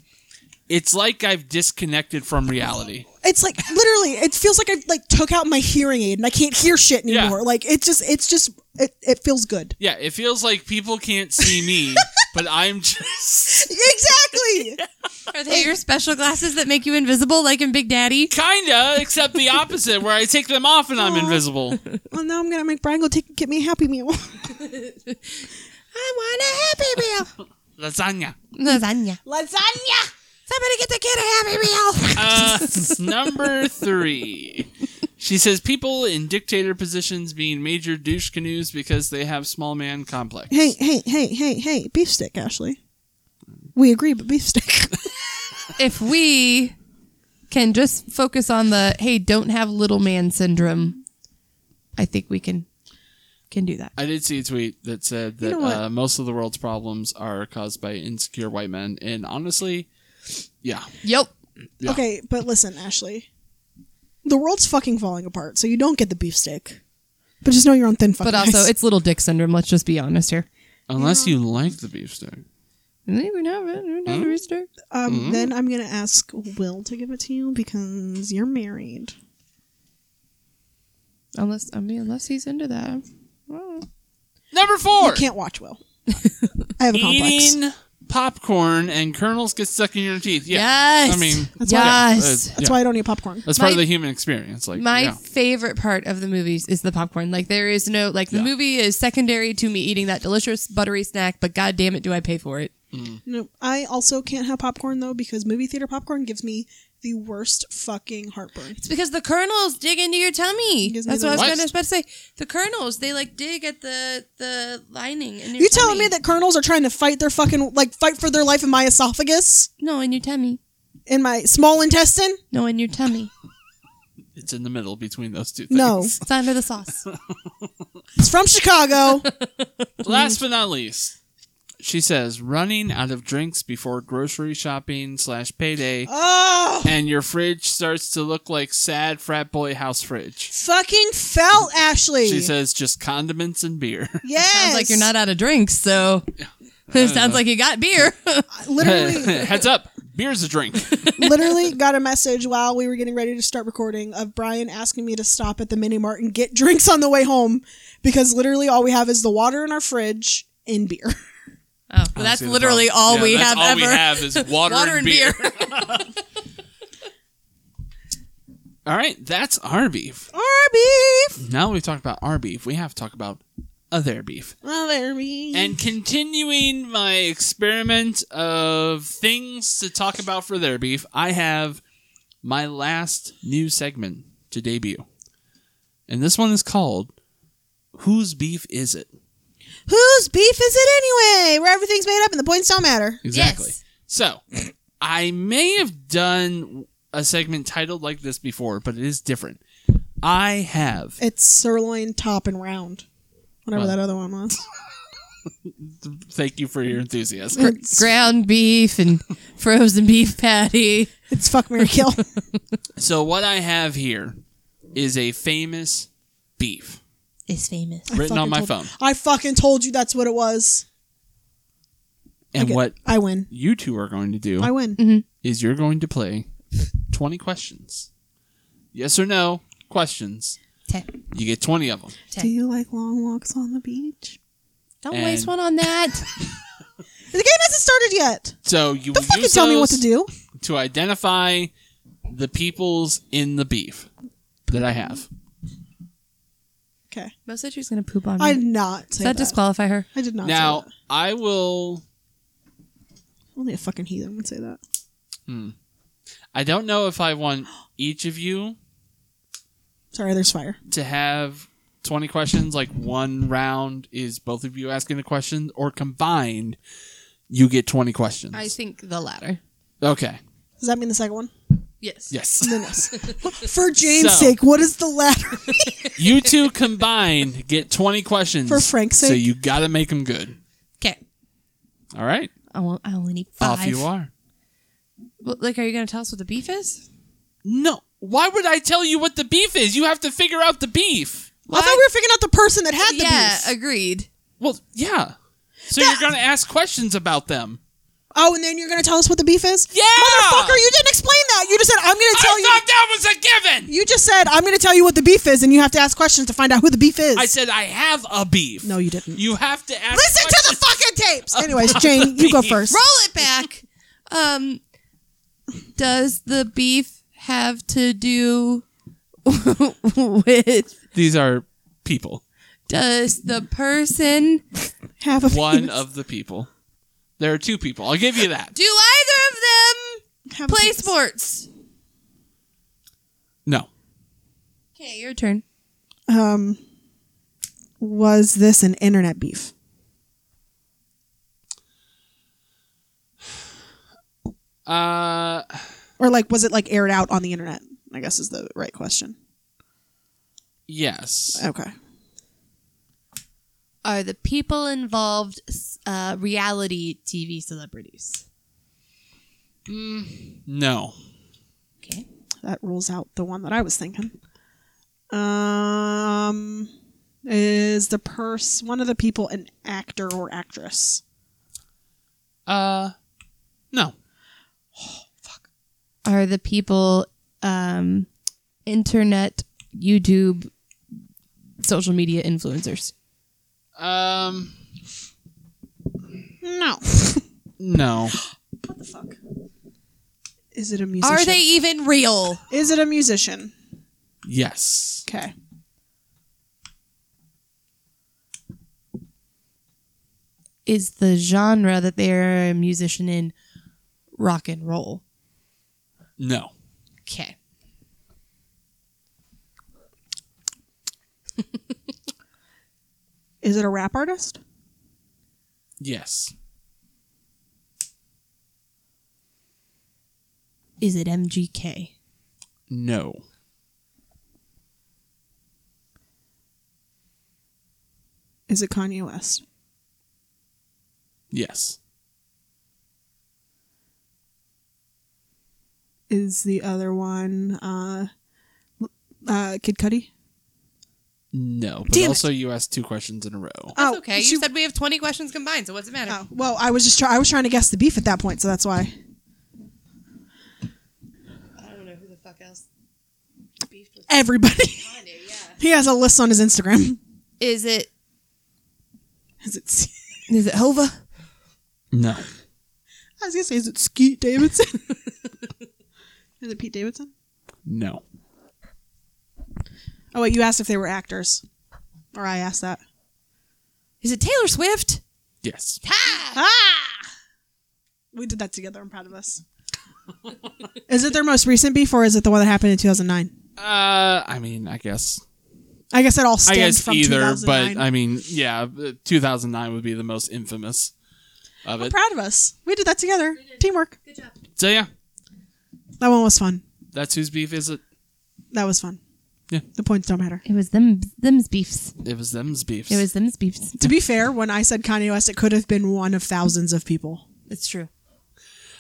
it's like I've disconnected from reality. It's like literally. It feels like I like took out my hearing aid and I can't hear shit Yeah. anymore. Like it's just. It's just. It, it feels good. Yeah, it feels like people can't see me, but I'm just Exactly. Are they your special glasses that make you invisible, like in Big Daddy? kinda, except the opposite, where I take them off and I'm invisible. well, now I'm gonna make Brian go take get me a happy meal. I want a Happy Meal. Lasagna. Lasagna. Lasagna. Somebody get the kid a Happy Meal. Uh, number three. She says people in dictator positions being major douche canoes because they have small man complex. hey, hey, hey, hey, hey, beef stick, Ashley. We agree, but beef stick. If we can just focus on the hey, don't have little man syndrome, I think we can can do that. I did see a tweet that said that know what? uh, most of the world's problems are caused by insecure white men, and honestly, yeah, Yep. Yeah. Okay, but listen, Ashley. The world's fucking falling apart, so you don't get the beef stick. But just know you're on thin fucking But also, ice. it's little dick syndrome. Let's just be honest here. unless you like the beef stick. And then we know it. We know Rooster. Um, Mm-hmm. Then I'm gonna ask Will to give it to you because you're married. Unless I mean, unless he's into that. Number four, You can't watch Will. I have a complex. eating popcorn and kernels get stuck in your teeth. Yeah, Yes. I mean, That's yes. Uh, That's yeah. why I don't eat popcorn. that's part of My- the human experience. Like, My yeah. favorite part of the movies is the popcorn. Like there is no like the Yeah. movie is secondary to me eating that delicious buttery snack, but god damn it do I pay for it. No, I also can't have popcorn though because movie theater popcorn gives me the worst fucking heartburn. It's because the kernels dig into your tummy. Gives me That's the what I was worst. gonna about to say. The kernels, they like dig at the the lining in your You telling me tummy. that colonels are trying to fight their fucking like fight for their life in my esophagus, No, in your tummy. in my small intestine? No, in your tummy. it's in the middle between those two things. No, It's under the sauce. it's from Chicago. Last but not least, she says running out of drinks before grocery shopping slash payday, Oh, and your fridge starts to look like sad frat boy house fridge. fucking felt Ashley. She says just condiments and beer. yes. Sounds like you're not out of drinks, so it sounds like you got beer. Oh, literally Heads up, beer's a drink. literally got a message while we were getting ready to start recording of Brian asking me to stop at the mini mart and get drinks on the way home because literally all we have is the water in our fridge and beer. Oh, well, that's literally all we have all ever. we have is water, Water and beer. all right, that's our beef. Our beef. Now we've talked about our beef. We have to talk about other beef. Other beef. And continuing my experiment of things to talk about for their beef, I have my last new segment to debut. And this one is called Whose Beef Is It? Whose beef is it anyway? Where everything's made up and the points don't matter. Exactly. Yes. So, I may have done a segment titled like this before, but it is different. I have It's sirloin top and round. Whatever Well. that other one was. thank you for your enthusiasm. Gr- ground beef and frozen beef patty. It's fuck Mary Kill. So, what I have here is a famous beef Is famous. written on Fucking my told- phone. I fucking told you that's what it was. And Okay. what I win. you two are going to do I win. Mm-hmm. is you're going to play 20 questions. Yes or no questions. Okay. You get 20 of them. Do you like long walks on the beach? Don't And- waste one on that. The game hasn't started yet. So you Don't will fucking use tell me what to those do. to identify the peoples in the beef that I have. Okay. Most said she was gonna poop on me. I did Does not say that that. disqualify her? I did not now, say I will that. Only a fucking heathen would say that. I don't know if I want each of you Sorry, there's fire. to have 20 questions like one round is both of you asking a question or combined you get 20 questions. I think the latter. Okay. Does that mean the second one? Yes. Yes. Then yes. For Jane's So- sake, what is the latter? You two combined get 20 questions. For Frank's So sake. you got to make them good. Okay. All right. I, won't, I only need five. Off you are. Well, like, are you gonna tell us what the beef is? No. Why would I tell you what the beef is? You have to figure out the beef. I thought we were figuring out the person that had the yeah, beef. agreed. Well, yeah. So That- you're going to ask questions about them. Oh, and then you're gonna tell us what the beef is? Yeah. Motherfucker, you didn't explain that. You just said I'm gonna I tell thought you. that was a given. You just said I'm gonna tell you what the beef is, and you have to ask questions to find out who the beef is. I said I have a beef. no, you didn't. You have to ask Listen to the questions. fucking tapes. Anyways, Jane, you go beef. first. Roll it back. um, does the beef have to do with? These are people. Does the person Have a One penis. of the people. There are two people. I'll give you that. do either of Have them a play penis. sports? No. Okay, your turn. Um, was this an internet beef? Uh, Or like, was it like aired out on the internet? I guess is the right question. yes. Okay. Are the people involved s- uh, reality TV celebrities? Mm, No. Okay. That rules out the one that I was thinking. Um, is the purse one of the people an actor or actress? Uh, no. Are the people um, internet, YouTube, social media influencers? Um, No. no. what the fuck? Is it a musician? Are they even real? Is it a musician? Yes. Okay. Is the genre that they're a musician in rock and roll? No. Okay. Is it a rap artist? Yes. Is it MGK? No. Is it Kanye West? Yes. Is the other one uh, uh, Kid Cudi? No. But Damn it. also, you asked two questions in a row. That's Oh, okay. she- you said we have 20 questions combined, so what's it matter? Oh, well, I was just try- I was trying to guess the beef at that point, so that's why. I don't know who the fuck else beefed with Everybody. Kanye, yeah. he has a list on his Instagram. Is it Is it? Skeet- is it Hova? No. I was gonna say, is it Skeet Davidson? is it Pete Davidson? No. Oh wait, you asked if they were actors, or I asked that. Is it Taylor Swift? Yes. Ha! We did that together. I'm proud of us. is it their most recent beef, or is it the one that happened in 2009? Uh, I mean, I guess. I guess it all I stems guess from either, 2009. but I mean, yeah, uh, 2009 would be the most infamous of I'm it. proud of us. We did that together. Teamwork. So yeah, That one was fun. that's whose beef is it? That was fun. Yeah. The points don't matter. It was them them's beefs. It was them's beefs. It was them's beefs. To be fair, when I said Kanye West, it could have been one of thousands of people. It's true.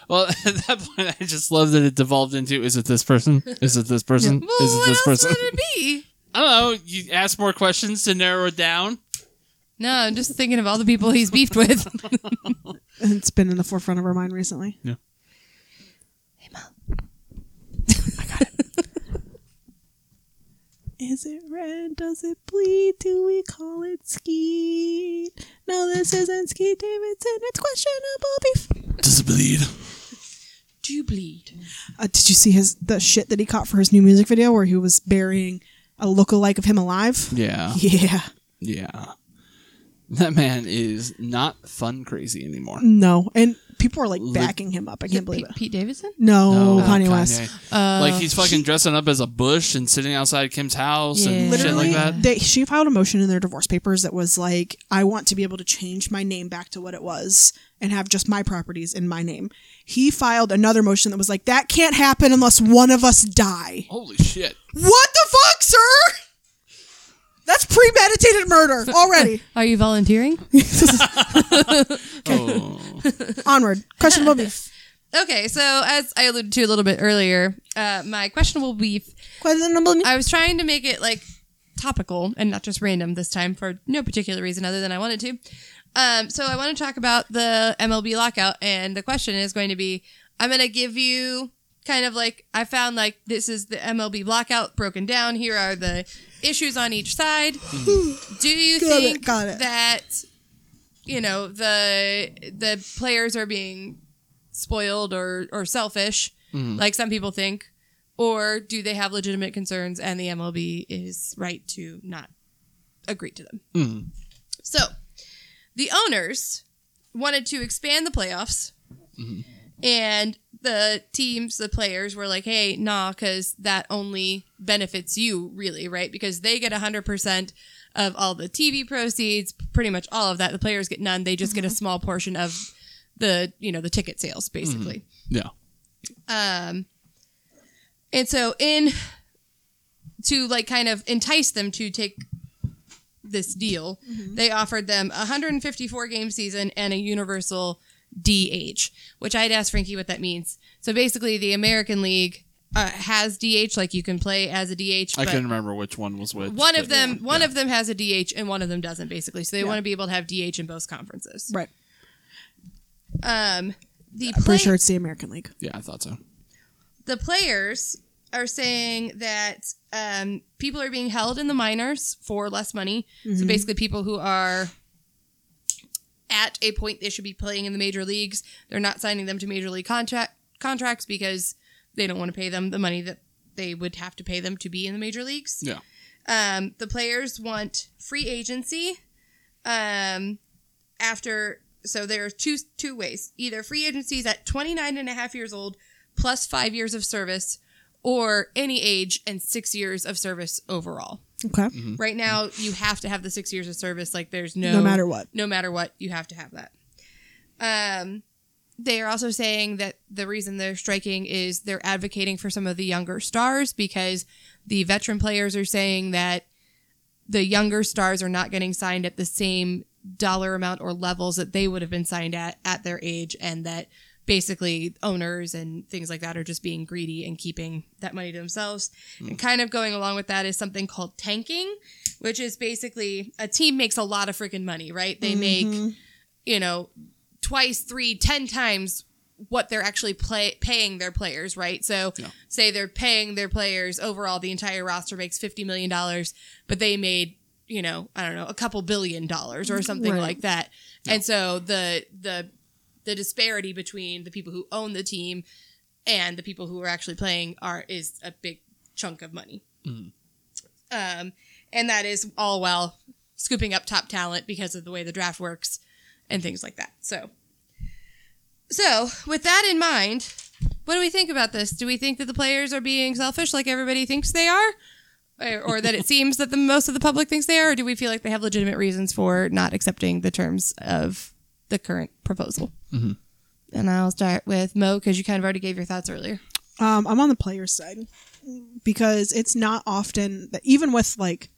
well, at that point, I just love that it devolved into: is it this person? Is it this person? Well, Is it what this else person? would it be? I don't know. You ask more questions to narrow it down. No, I'm just thinking of all the people he's beefed with. And It's been in the forefront of our mind recently. Yeah. Hey, Mom. Is it red? Does it bleed? Do we call it skeet? No, this isn't skeet Davidson. It's questionable beef. Does it bleed? Do you bleed? Uh, did you see his the shit that he caught for his new music video where he was burying a lookalike of him alive? Yeah, Yeah. yeah. That man is not fun crazy anymore. No. And people are like Lit- backing him up. I can't believe Pete, it. Pete Davidson? No, No, Kanye West. Uh, like he's fucking dressing up as a bush and sitting outside Kim's house and Yeah. shit like Literally, that. they, she filed a motion in their divorce papers that was like, I want to be able to change my name back to what it was and have just my properties in my name. He filed another motion that was like, that can't happen unless one of us die. Holy shit. What the fuck, sir? That's premeditated murder already. Are you volunteering? Oh. Onward. Questionable beef. Okay, so as I alluded to a little bit earlier, uh, my questionable beef Questionable beef. I was trying to make it like topical and not just random this time for no particular reason other than I wanted to. Um, so I want to talk about the MLB lockout, and the question is going to be: I'm going to give you kind of like I found like this is the MLB lockout broken down. Here are the issues on each side. Do you Got it, think got it. that you know the the players are being spoiled or or selfish, like some people think, or do they have legitimate concerns and the MLB is right to not agreed to them. Mm. So, the owners wanted to expand the playoffs, and the teams, the players were like, "Hey, nah, because that only benefits you, really, right? Because they get hundred percent of all the TV proceeds, pretty much all of that. The players get none; they just get a small portion of the, you know, the ticket sales, basically." Yeah. Um, and so in to like kind of entice them to take this deal, they offered them a 154 game season and a universal DH, which I'd ask Frankie what that means. So basically, the American League uh, has DH, like you can play as a DH. I but- couldn't remember which one was which. one of but- them one of them has a DH and one of them doesn't basically. So they want to be able to have DH in both conferences. Right. Um the I'm play- pretty sure it's the American League. Yeah, I thought so. the players are saying that um, people are being held in the minors for less money. So basically, people who are at a point they should be playing in the major leagues, they're not signing them to major league contract contracts because they don't want to pay them the money that they would have to pay them to be in the major leagues. Yeah. Um, the players want free agency. Um, after so there are two two ways: either free agencies at 29 and a half years old plus five years of service, or any age and six years of service overall. Okay. Mm-hmm. Right now, you have to have the six years of service. Like there's no No matter what. no matter what, you have to have that. Um, they are also saying that the reason they're striking is they're advocating for some of the younger stars because the veteran players are saying that the younger stars are not getting signed at the same dollar amount or levels that they would have been signed at at their age and that basically owners and things like that are just being greedy and keeping that money to themselves and kind of going along with that is something called tanking which is basically a team makes a lot of freaking money right they make you know twice, three, ten times what they're actually play, paying their players, right? So, say they're paying their players overall, the entire roster makes $50 million, but they made, you know, I don't know, a couple billion dollars or something Right. like that. And so the, the, the disparity between the people who own the team and the people who are actually playing are is a big chunk of money. Um, and that is all while scooping up top talent because of the way the draft works and things like that. So, so with that in mind, what do we think about this? Do we think that the players are being selfish, like everybody thinks they are, or, or that it seems that the most of the public thinks they are, or do we feel like they have legitimate reasons for not accepting the terms of the current proposal? And I'll start with Mo because you kind of already gave your thoughts earlier. Um, I'm on the player's side because it's not often that even with like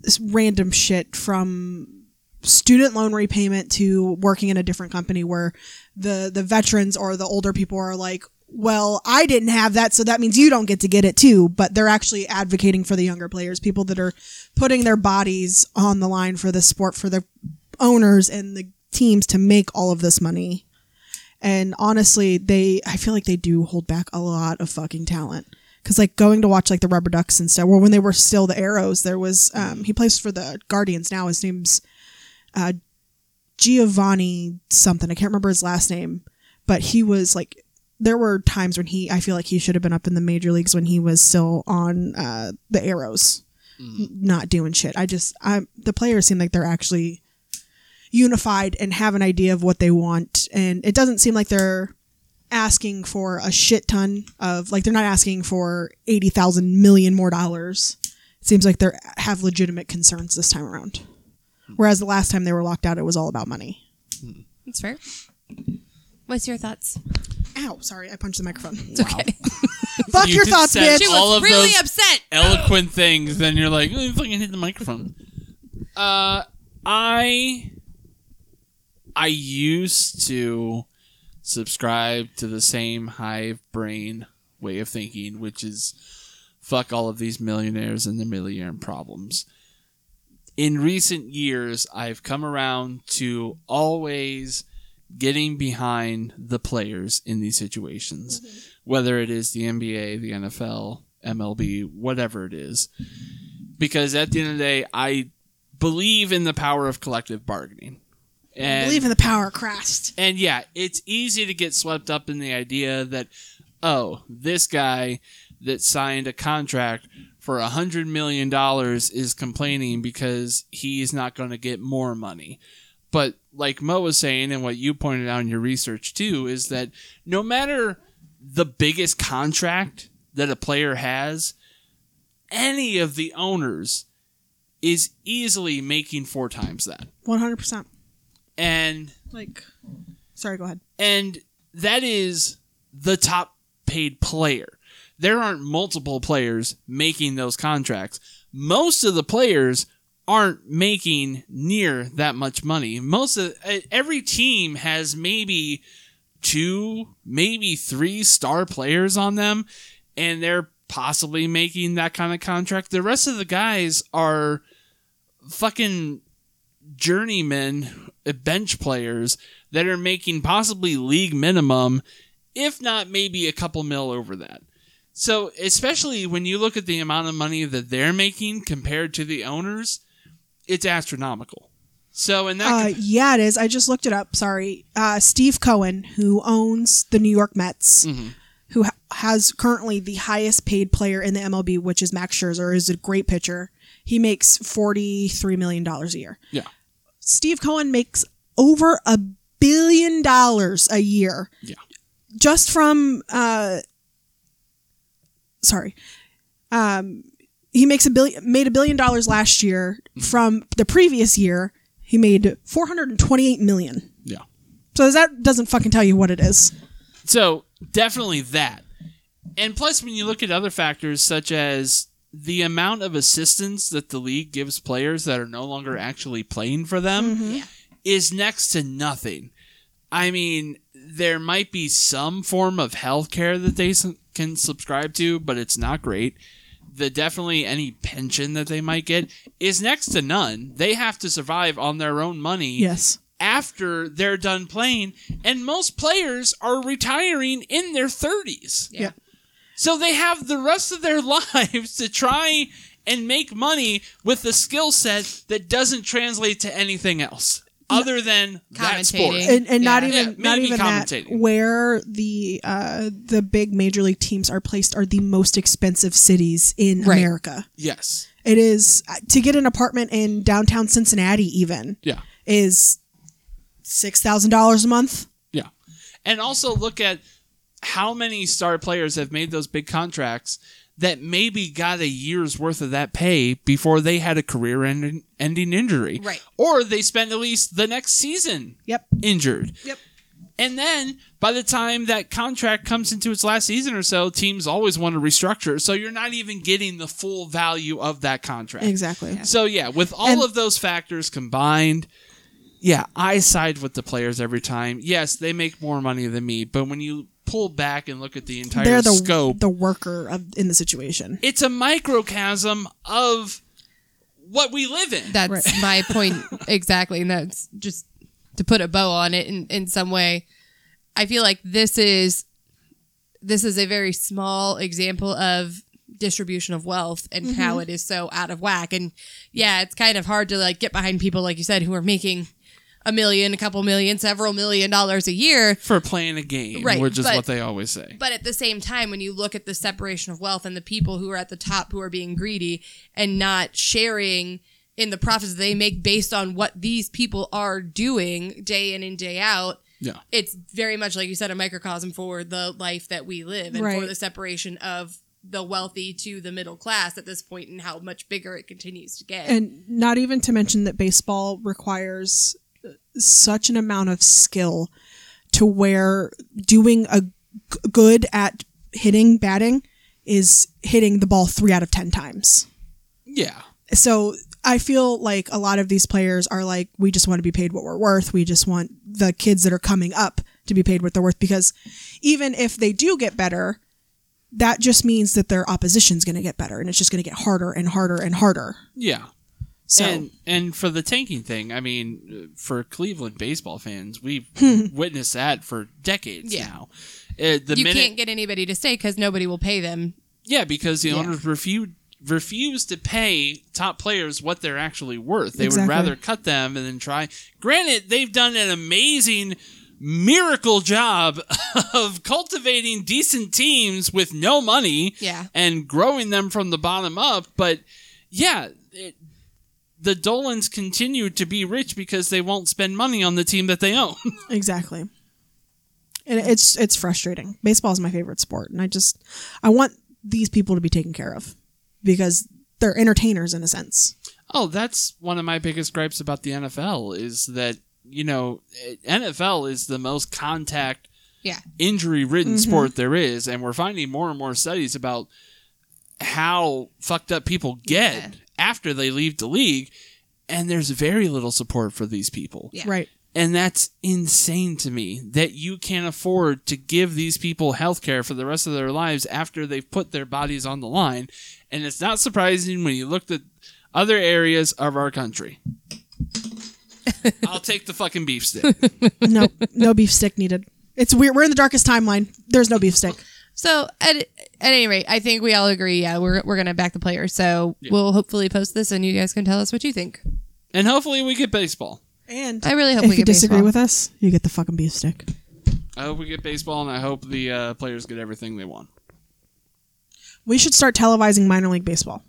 this random shit from student loan repayment to working in a different company where the the veterans or the older people are like, well, I didn't have that, so that means you don't get to get it too. But they're actually advocating for the younger players, people that are putting their bodies on the line for the sport, for the owners and the teams to make all of this money and honestly they i feel like they do hold back a lot of fucking talent because like going to watch like the rubber ducks and stuff well when they were still the arrows there was um he plays for the guardians now his name's uh giovanni something i can't remember his last name but he was like there were times when he i feel like he should have been up in the major leagues when he was still on uh the arrows Mm. n- not doing shit i just i the players seem like they're actually unified and have an idea of what they want. And it doesn't seem like they're asking for a shit ton of like they're not asking for eighty thousand million more dollars. It seems like they are have legitimate concerns this time around. Whereas the last time they were locked out, it was all about money. That's fair. What's your thoughts? Ow! Sorry, I punched the microphone. It's okay. Fuck You your just thoughts, said bitch. she was All of really those- upset. eloquent things, then you're like, "Oh, you fucking hit the microphone. Uh, I I used to subscribe to the same hive brain way of thinking, which is fuck all of these millionaires and the million problems. In recent years, I've come around to always getting behind the players in these situations, whether it is the NBA, the NFL, MLB, whatever it is. Because at the end of the day, I believe in the power of collective bargaining. And Believe in the power of Christ. and yeah, it's easy to get swept up in the idea that, oh, this guy that signed a contract for a hundred million dollars is complaining because he is not going to get more money. But like Mo was saying, and what you pointed out in your research too, is that no matter the biggest contract that a player has, any of the owners is easily making four times that. One hundred percent. And Like, sorry. Go ahead. and that is the top paid player. There aren't multiple players making those contracts. Most of the players aren't making near that much money. Most of eh, every team has maybe two, maybe three star players on them, and they're possibly making that kind of contract. The rest of the guys are fucking journeymen, eh, bench players that are making possibly league minimum, if not maybe a couple mil over that. So, especially when you look at the amount of money that they're making compared to the owners, it's astronomical. So, in that Uh, yeah, it is. I just looked it up. Sorry. Uh, Steve Cohen, who owns the New York Mets, mm-hmm. who ha- has currently the highest paid player in the MLB, which is Max Scherzer, is a great pitcher. He makes forty three million dollars a year. Yeah. Steve Cohen makes over a billion dollars a year. Yeah. Just from uh sorry. Um he makes a billion made a billion dollars last year Mm-hmm. from the previous year he made 428 million. Yeah. So that doesn't fucking tell you what it is. So definitely that. And plus, when you look at other factors such as the amount of assistance that the league gives players that are no longer actually playing for them Mm-hmm. is next to nothing. I mean, there might be some form of health care that they s- can subscribe to, but it's not great. The definitely any pension that they might get is next to none. They have to survive on their own money Yes. after they're done playing, and most players are retiring in their 30s. Yeah. So they have the rest of their lives to try and make money with a skill set that doesn't translate to anything else other than that sport. Commentating. And, and not Yeah. even Yeah, not maybe even that commentating. where the uh, the big major league teams are placed are the most expensive cities in Right. America. Yes. It is to get an apartment in downtown Cincinnati even Yeah. is six thousand dollars a month. Yeah. And also look at how many star players have made those big contracts that maybe got a year's worth of that pay before they had a career ending, ending injury. Right. Or they spent at least the next season Yep. injured. Yep. And then by the time that contract comes into its last season or so, teams always want to restructure. So you're not even getting the full value of that contract. Exactly. So yeah, with all And- of those factors combined, yeah, I side with the players every time. Yes, they make more money than me, but when you pull back and look at the entire They're the scope, the worker of in the situation. it's a microcosm of what we live in. That's my point exactly, and that's just to put a bow on it in, in some way. I feel like this is this is a very small example of distribution of wealth and how it is so out of whack. And yeah, it's kind of hard to like get behind people like you said who are making a million, a couple million, several million dollars a year. for playing a game, Right, which is but- what they always say. But at the same time, when you look at the separation of wealth and the people who are at the top who are being greedy and not sharing in the profits they make based on what these people are doing day in and day out, Yeah. it's very much like you said, a microcosm for the life that we live and for Right. the separation of the wealthy to the middle class at this point and how much bigger it continues to get. and not even to mention that baseball requires such an amount of skill to where doing a g- good at hitting batting is hitting the ball 3 out of 10 times. Yeah. So I feel like a lot of these players are like we just want to be paid what we're worth. We just want the kids that are coming up to be paid what they're worth because even if they do get better that just means that their opposition's going to get better and it's just going to get harder and harder and harder. Yeah. So And and for the tanking thing, I mean, uh, for Cleveland baseball fans, we've witnessed that for decades Yeah. now. Uh, the you minute, can't get anybody to stay because nobody will pay them. yeah, because the owners refuse refuse to pay top players what they're actually worth. They would Exactly. rather cut them and then try. Granted, they've done an amazing miracle job of cultivating decent teams with no money Yeah. and growing them from the bottom up. But yeah, it, the Dolans continue to be rich because they won't spend money on the team that they own. Exactly. And it's it's frustrating. Baseball is my favorite sport, and I just I want these people to be taken care of because they're entertainers in a sense. Oh, that's one of my biggest gripes about the NFL is that, you know, NFL is the most contact, Yeah. Mm-hmm. injury ridden sport there is. And we're finding more and more studies about how fucked up people get Yeah. after they leave the league. And there's very little support for these people. Yeah. Right. And that's insane to me that you can't afford to give these people health care for the rest of their lives after they've put their bodies on the line. And it's not surprising when you looked at other areas of our country. I'll take the fucking beef stick. No no beef stick needed. It's weird. We're in the darkest timeline. There's no beef stick. So at at any rate, I think we all agree. Yeah, we're we're gonna back the player. So we'll hopefully post this, and you guys can tell us what you think. And hopefully we get baseball. And I really hope we if you get disagree baseball. with us, you get the fucking beef stick. I hope we get baseball and I hope the uh, players get everything they want. We should start televising minor league baseball,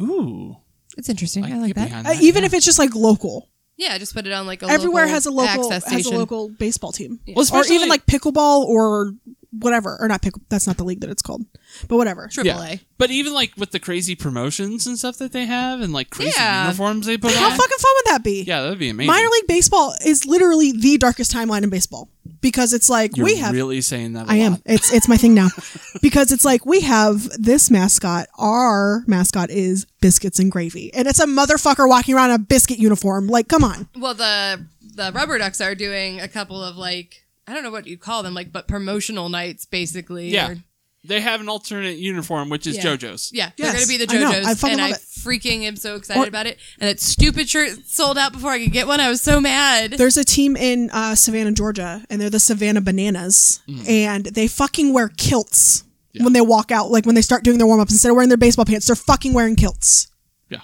Ooh. It's interesting. I, like that. uh, even if it's just like local. Yeah, just put it on like a Everywhere local has a local access has a station. local baseball team, Well, or especially- even like pickleball or whatever, or not pickle. That's not the league that it's called, but whatever. triple yeah. A. But even like with the crazy promotions and stuff that they have and like crazy Yeah. uniforms they put How on. fucking fun would that be? Uh-huh. Yeah, that'd be amazing. Minor league baseball is literally the darkest timeline in baseball because it's like You're we have. really saying that. I I am. It's it's my thing now, because it's like we have this mascot. Our mascot is biscuits and gravy, and it's a motherfucker walking around in a biscuit uniform. Like, come on, Well, the the rubber ducks are doing a couple of like I don't know what you call them, like but promotional nights basically. Yeah, or- they have an alternate uniform, which is Yeah. JoJo's. yeah, Yes, they're gonna be the I know. JoJo's, I fucking and I love it. freaking am so excited Or- about it. And that stupid shirt sold out before I could get one. I was so mad. There's a team in uh, Savannah, Georgia, and they're the Savannah Bananas, Mm. and they fucking wear kilts when they walk out. Like when they start doing their warm ups, instead of wearing their baseball pants, they're fucking wearing kilts. Yeah.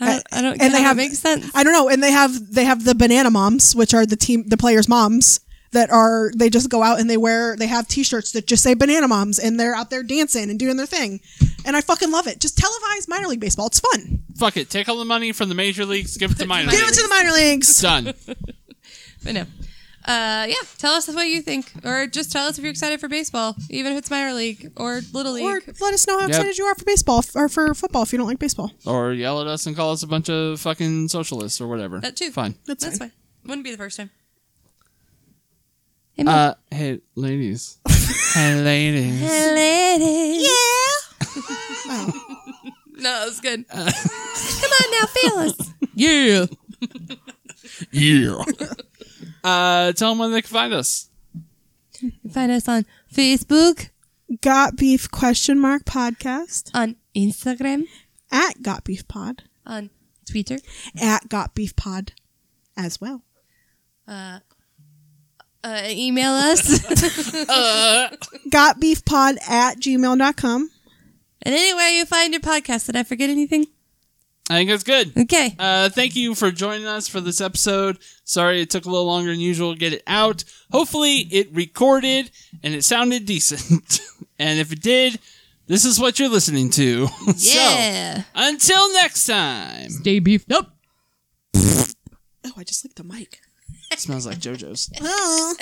I don't, I don't get and they how have- that makes sense. I don't know. And they have they have the banana moms, which are the team the players' moms that are they just go out and they wear they have t-shirts that just say banana moms and they're out there dancing and doing their thing. And I fucking love it. Just televise minor league baseball. It's fun. Fuck it. Take all the money from the major leagues, give it to minor Give leagues. it to the minor leagues. Done. But no. Uh, yeah, tell us what you think, or just tell us if you're excited for baseball, even if it's minor league or little league. Or let us know how Yep. excited you are for baseball f- or for football if you don't like baseball. or yell at us and call us a bunch of fucking socialists or whatever. that too. Fine. That's, fine. Wouldn't be the first time. Uh, hey, ladies. hey, ladies. No, it's good. Yeah. yeah. uh, tell them where they can find us. You can find us on Facebook, Got Beef question mark podcast on Instagram, at Got Beef Pod on Twitter. at Got Beef Pod as well. Uh, email us. Uh, Got Beef Pod at gmail.com. and anywhere you find your podcast. Did I forget anything? I think that's good. Okay. Uh, thank you for joining us for this episode. Sorry it took a little longer than usual to get it out. Hopefully it recorded and it sounded decent. and if it did, this is what you're listening to. Yeah. so, until next time. Stay beefed up. Oh, I just licked the mic. smells like JoJo's. Oh.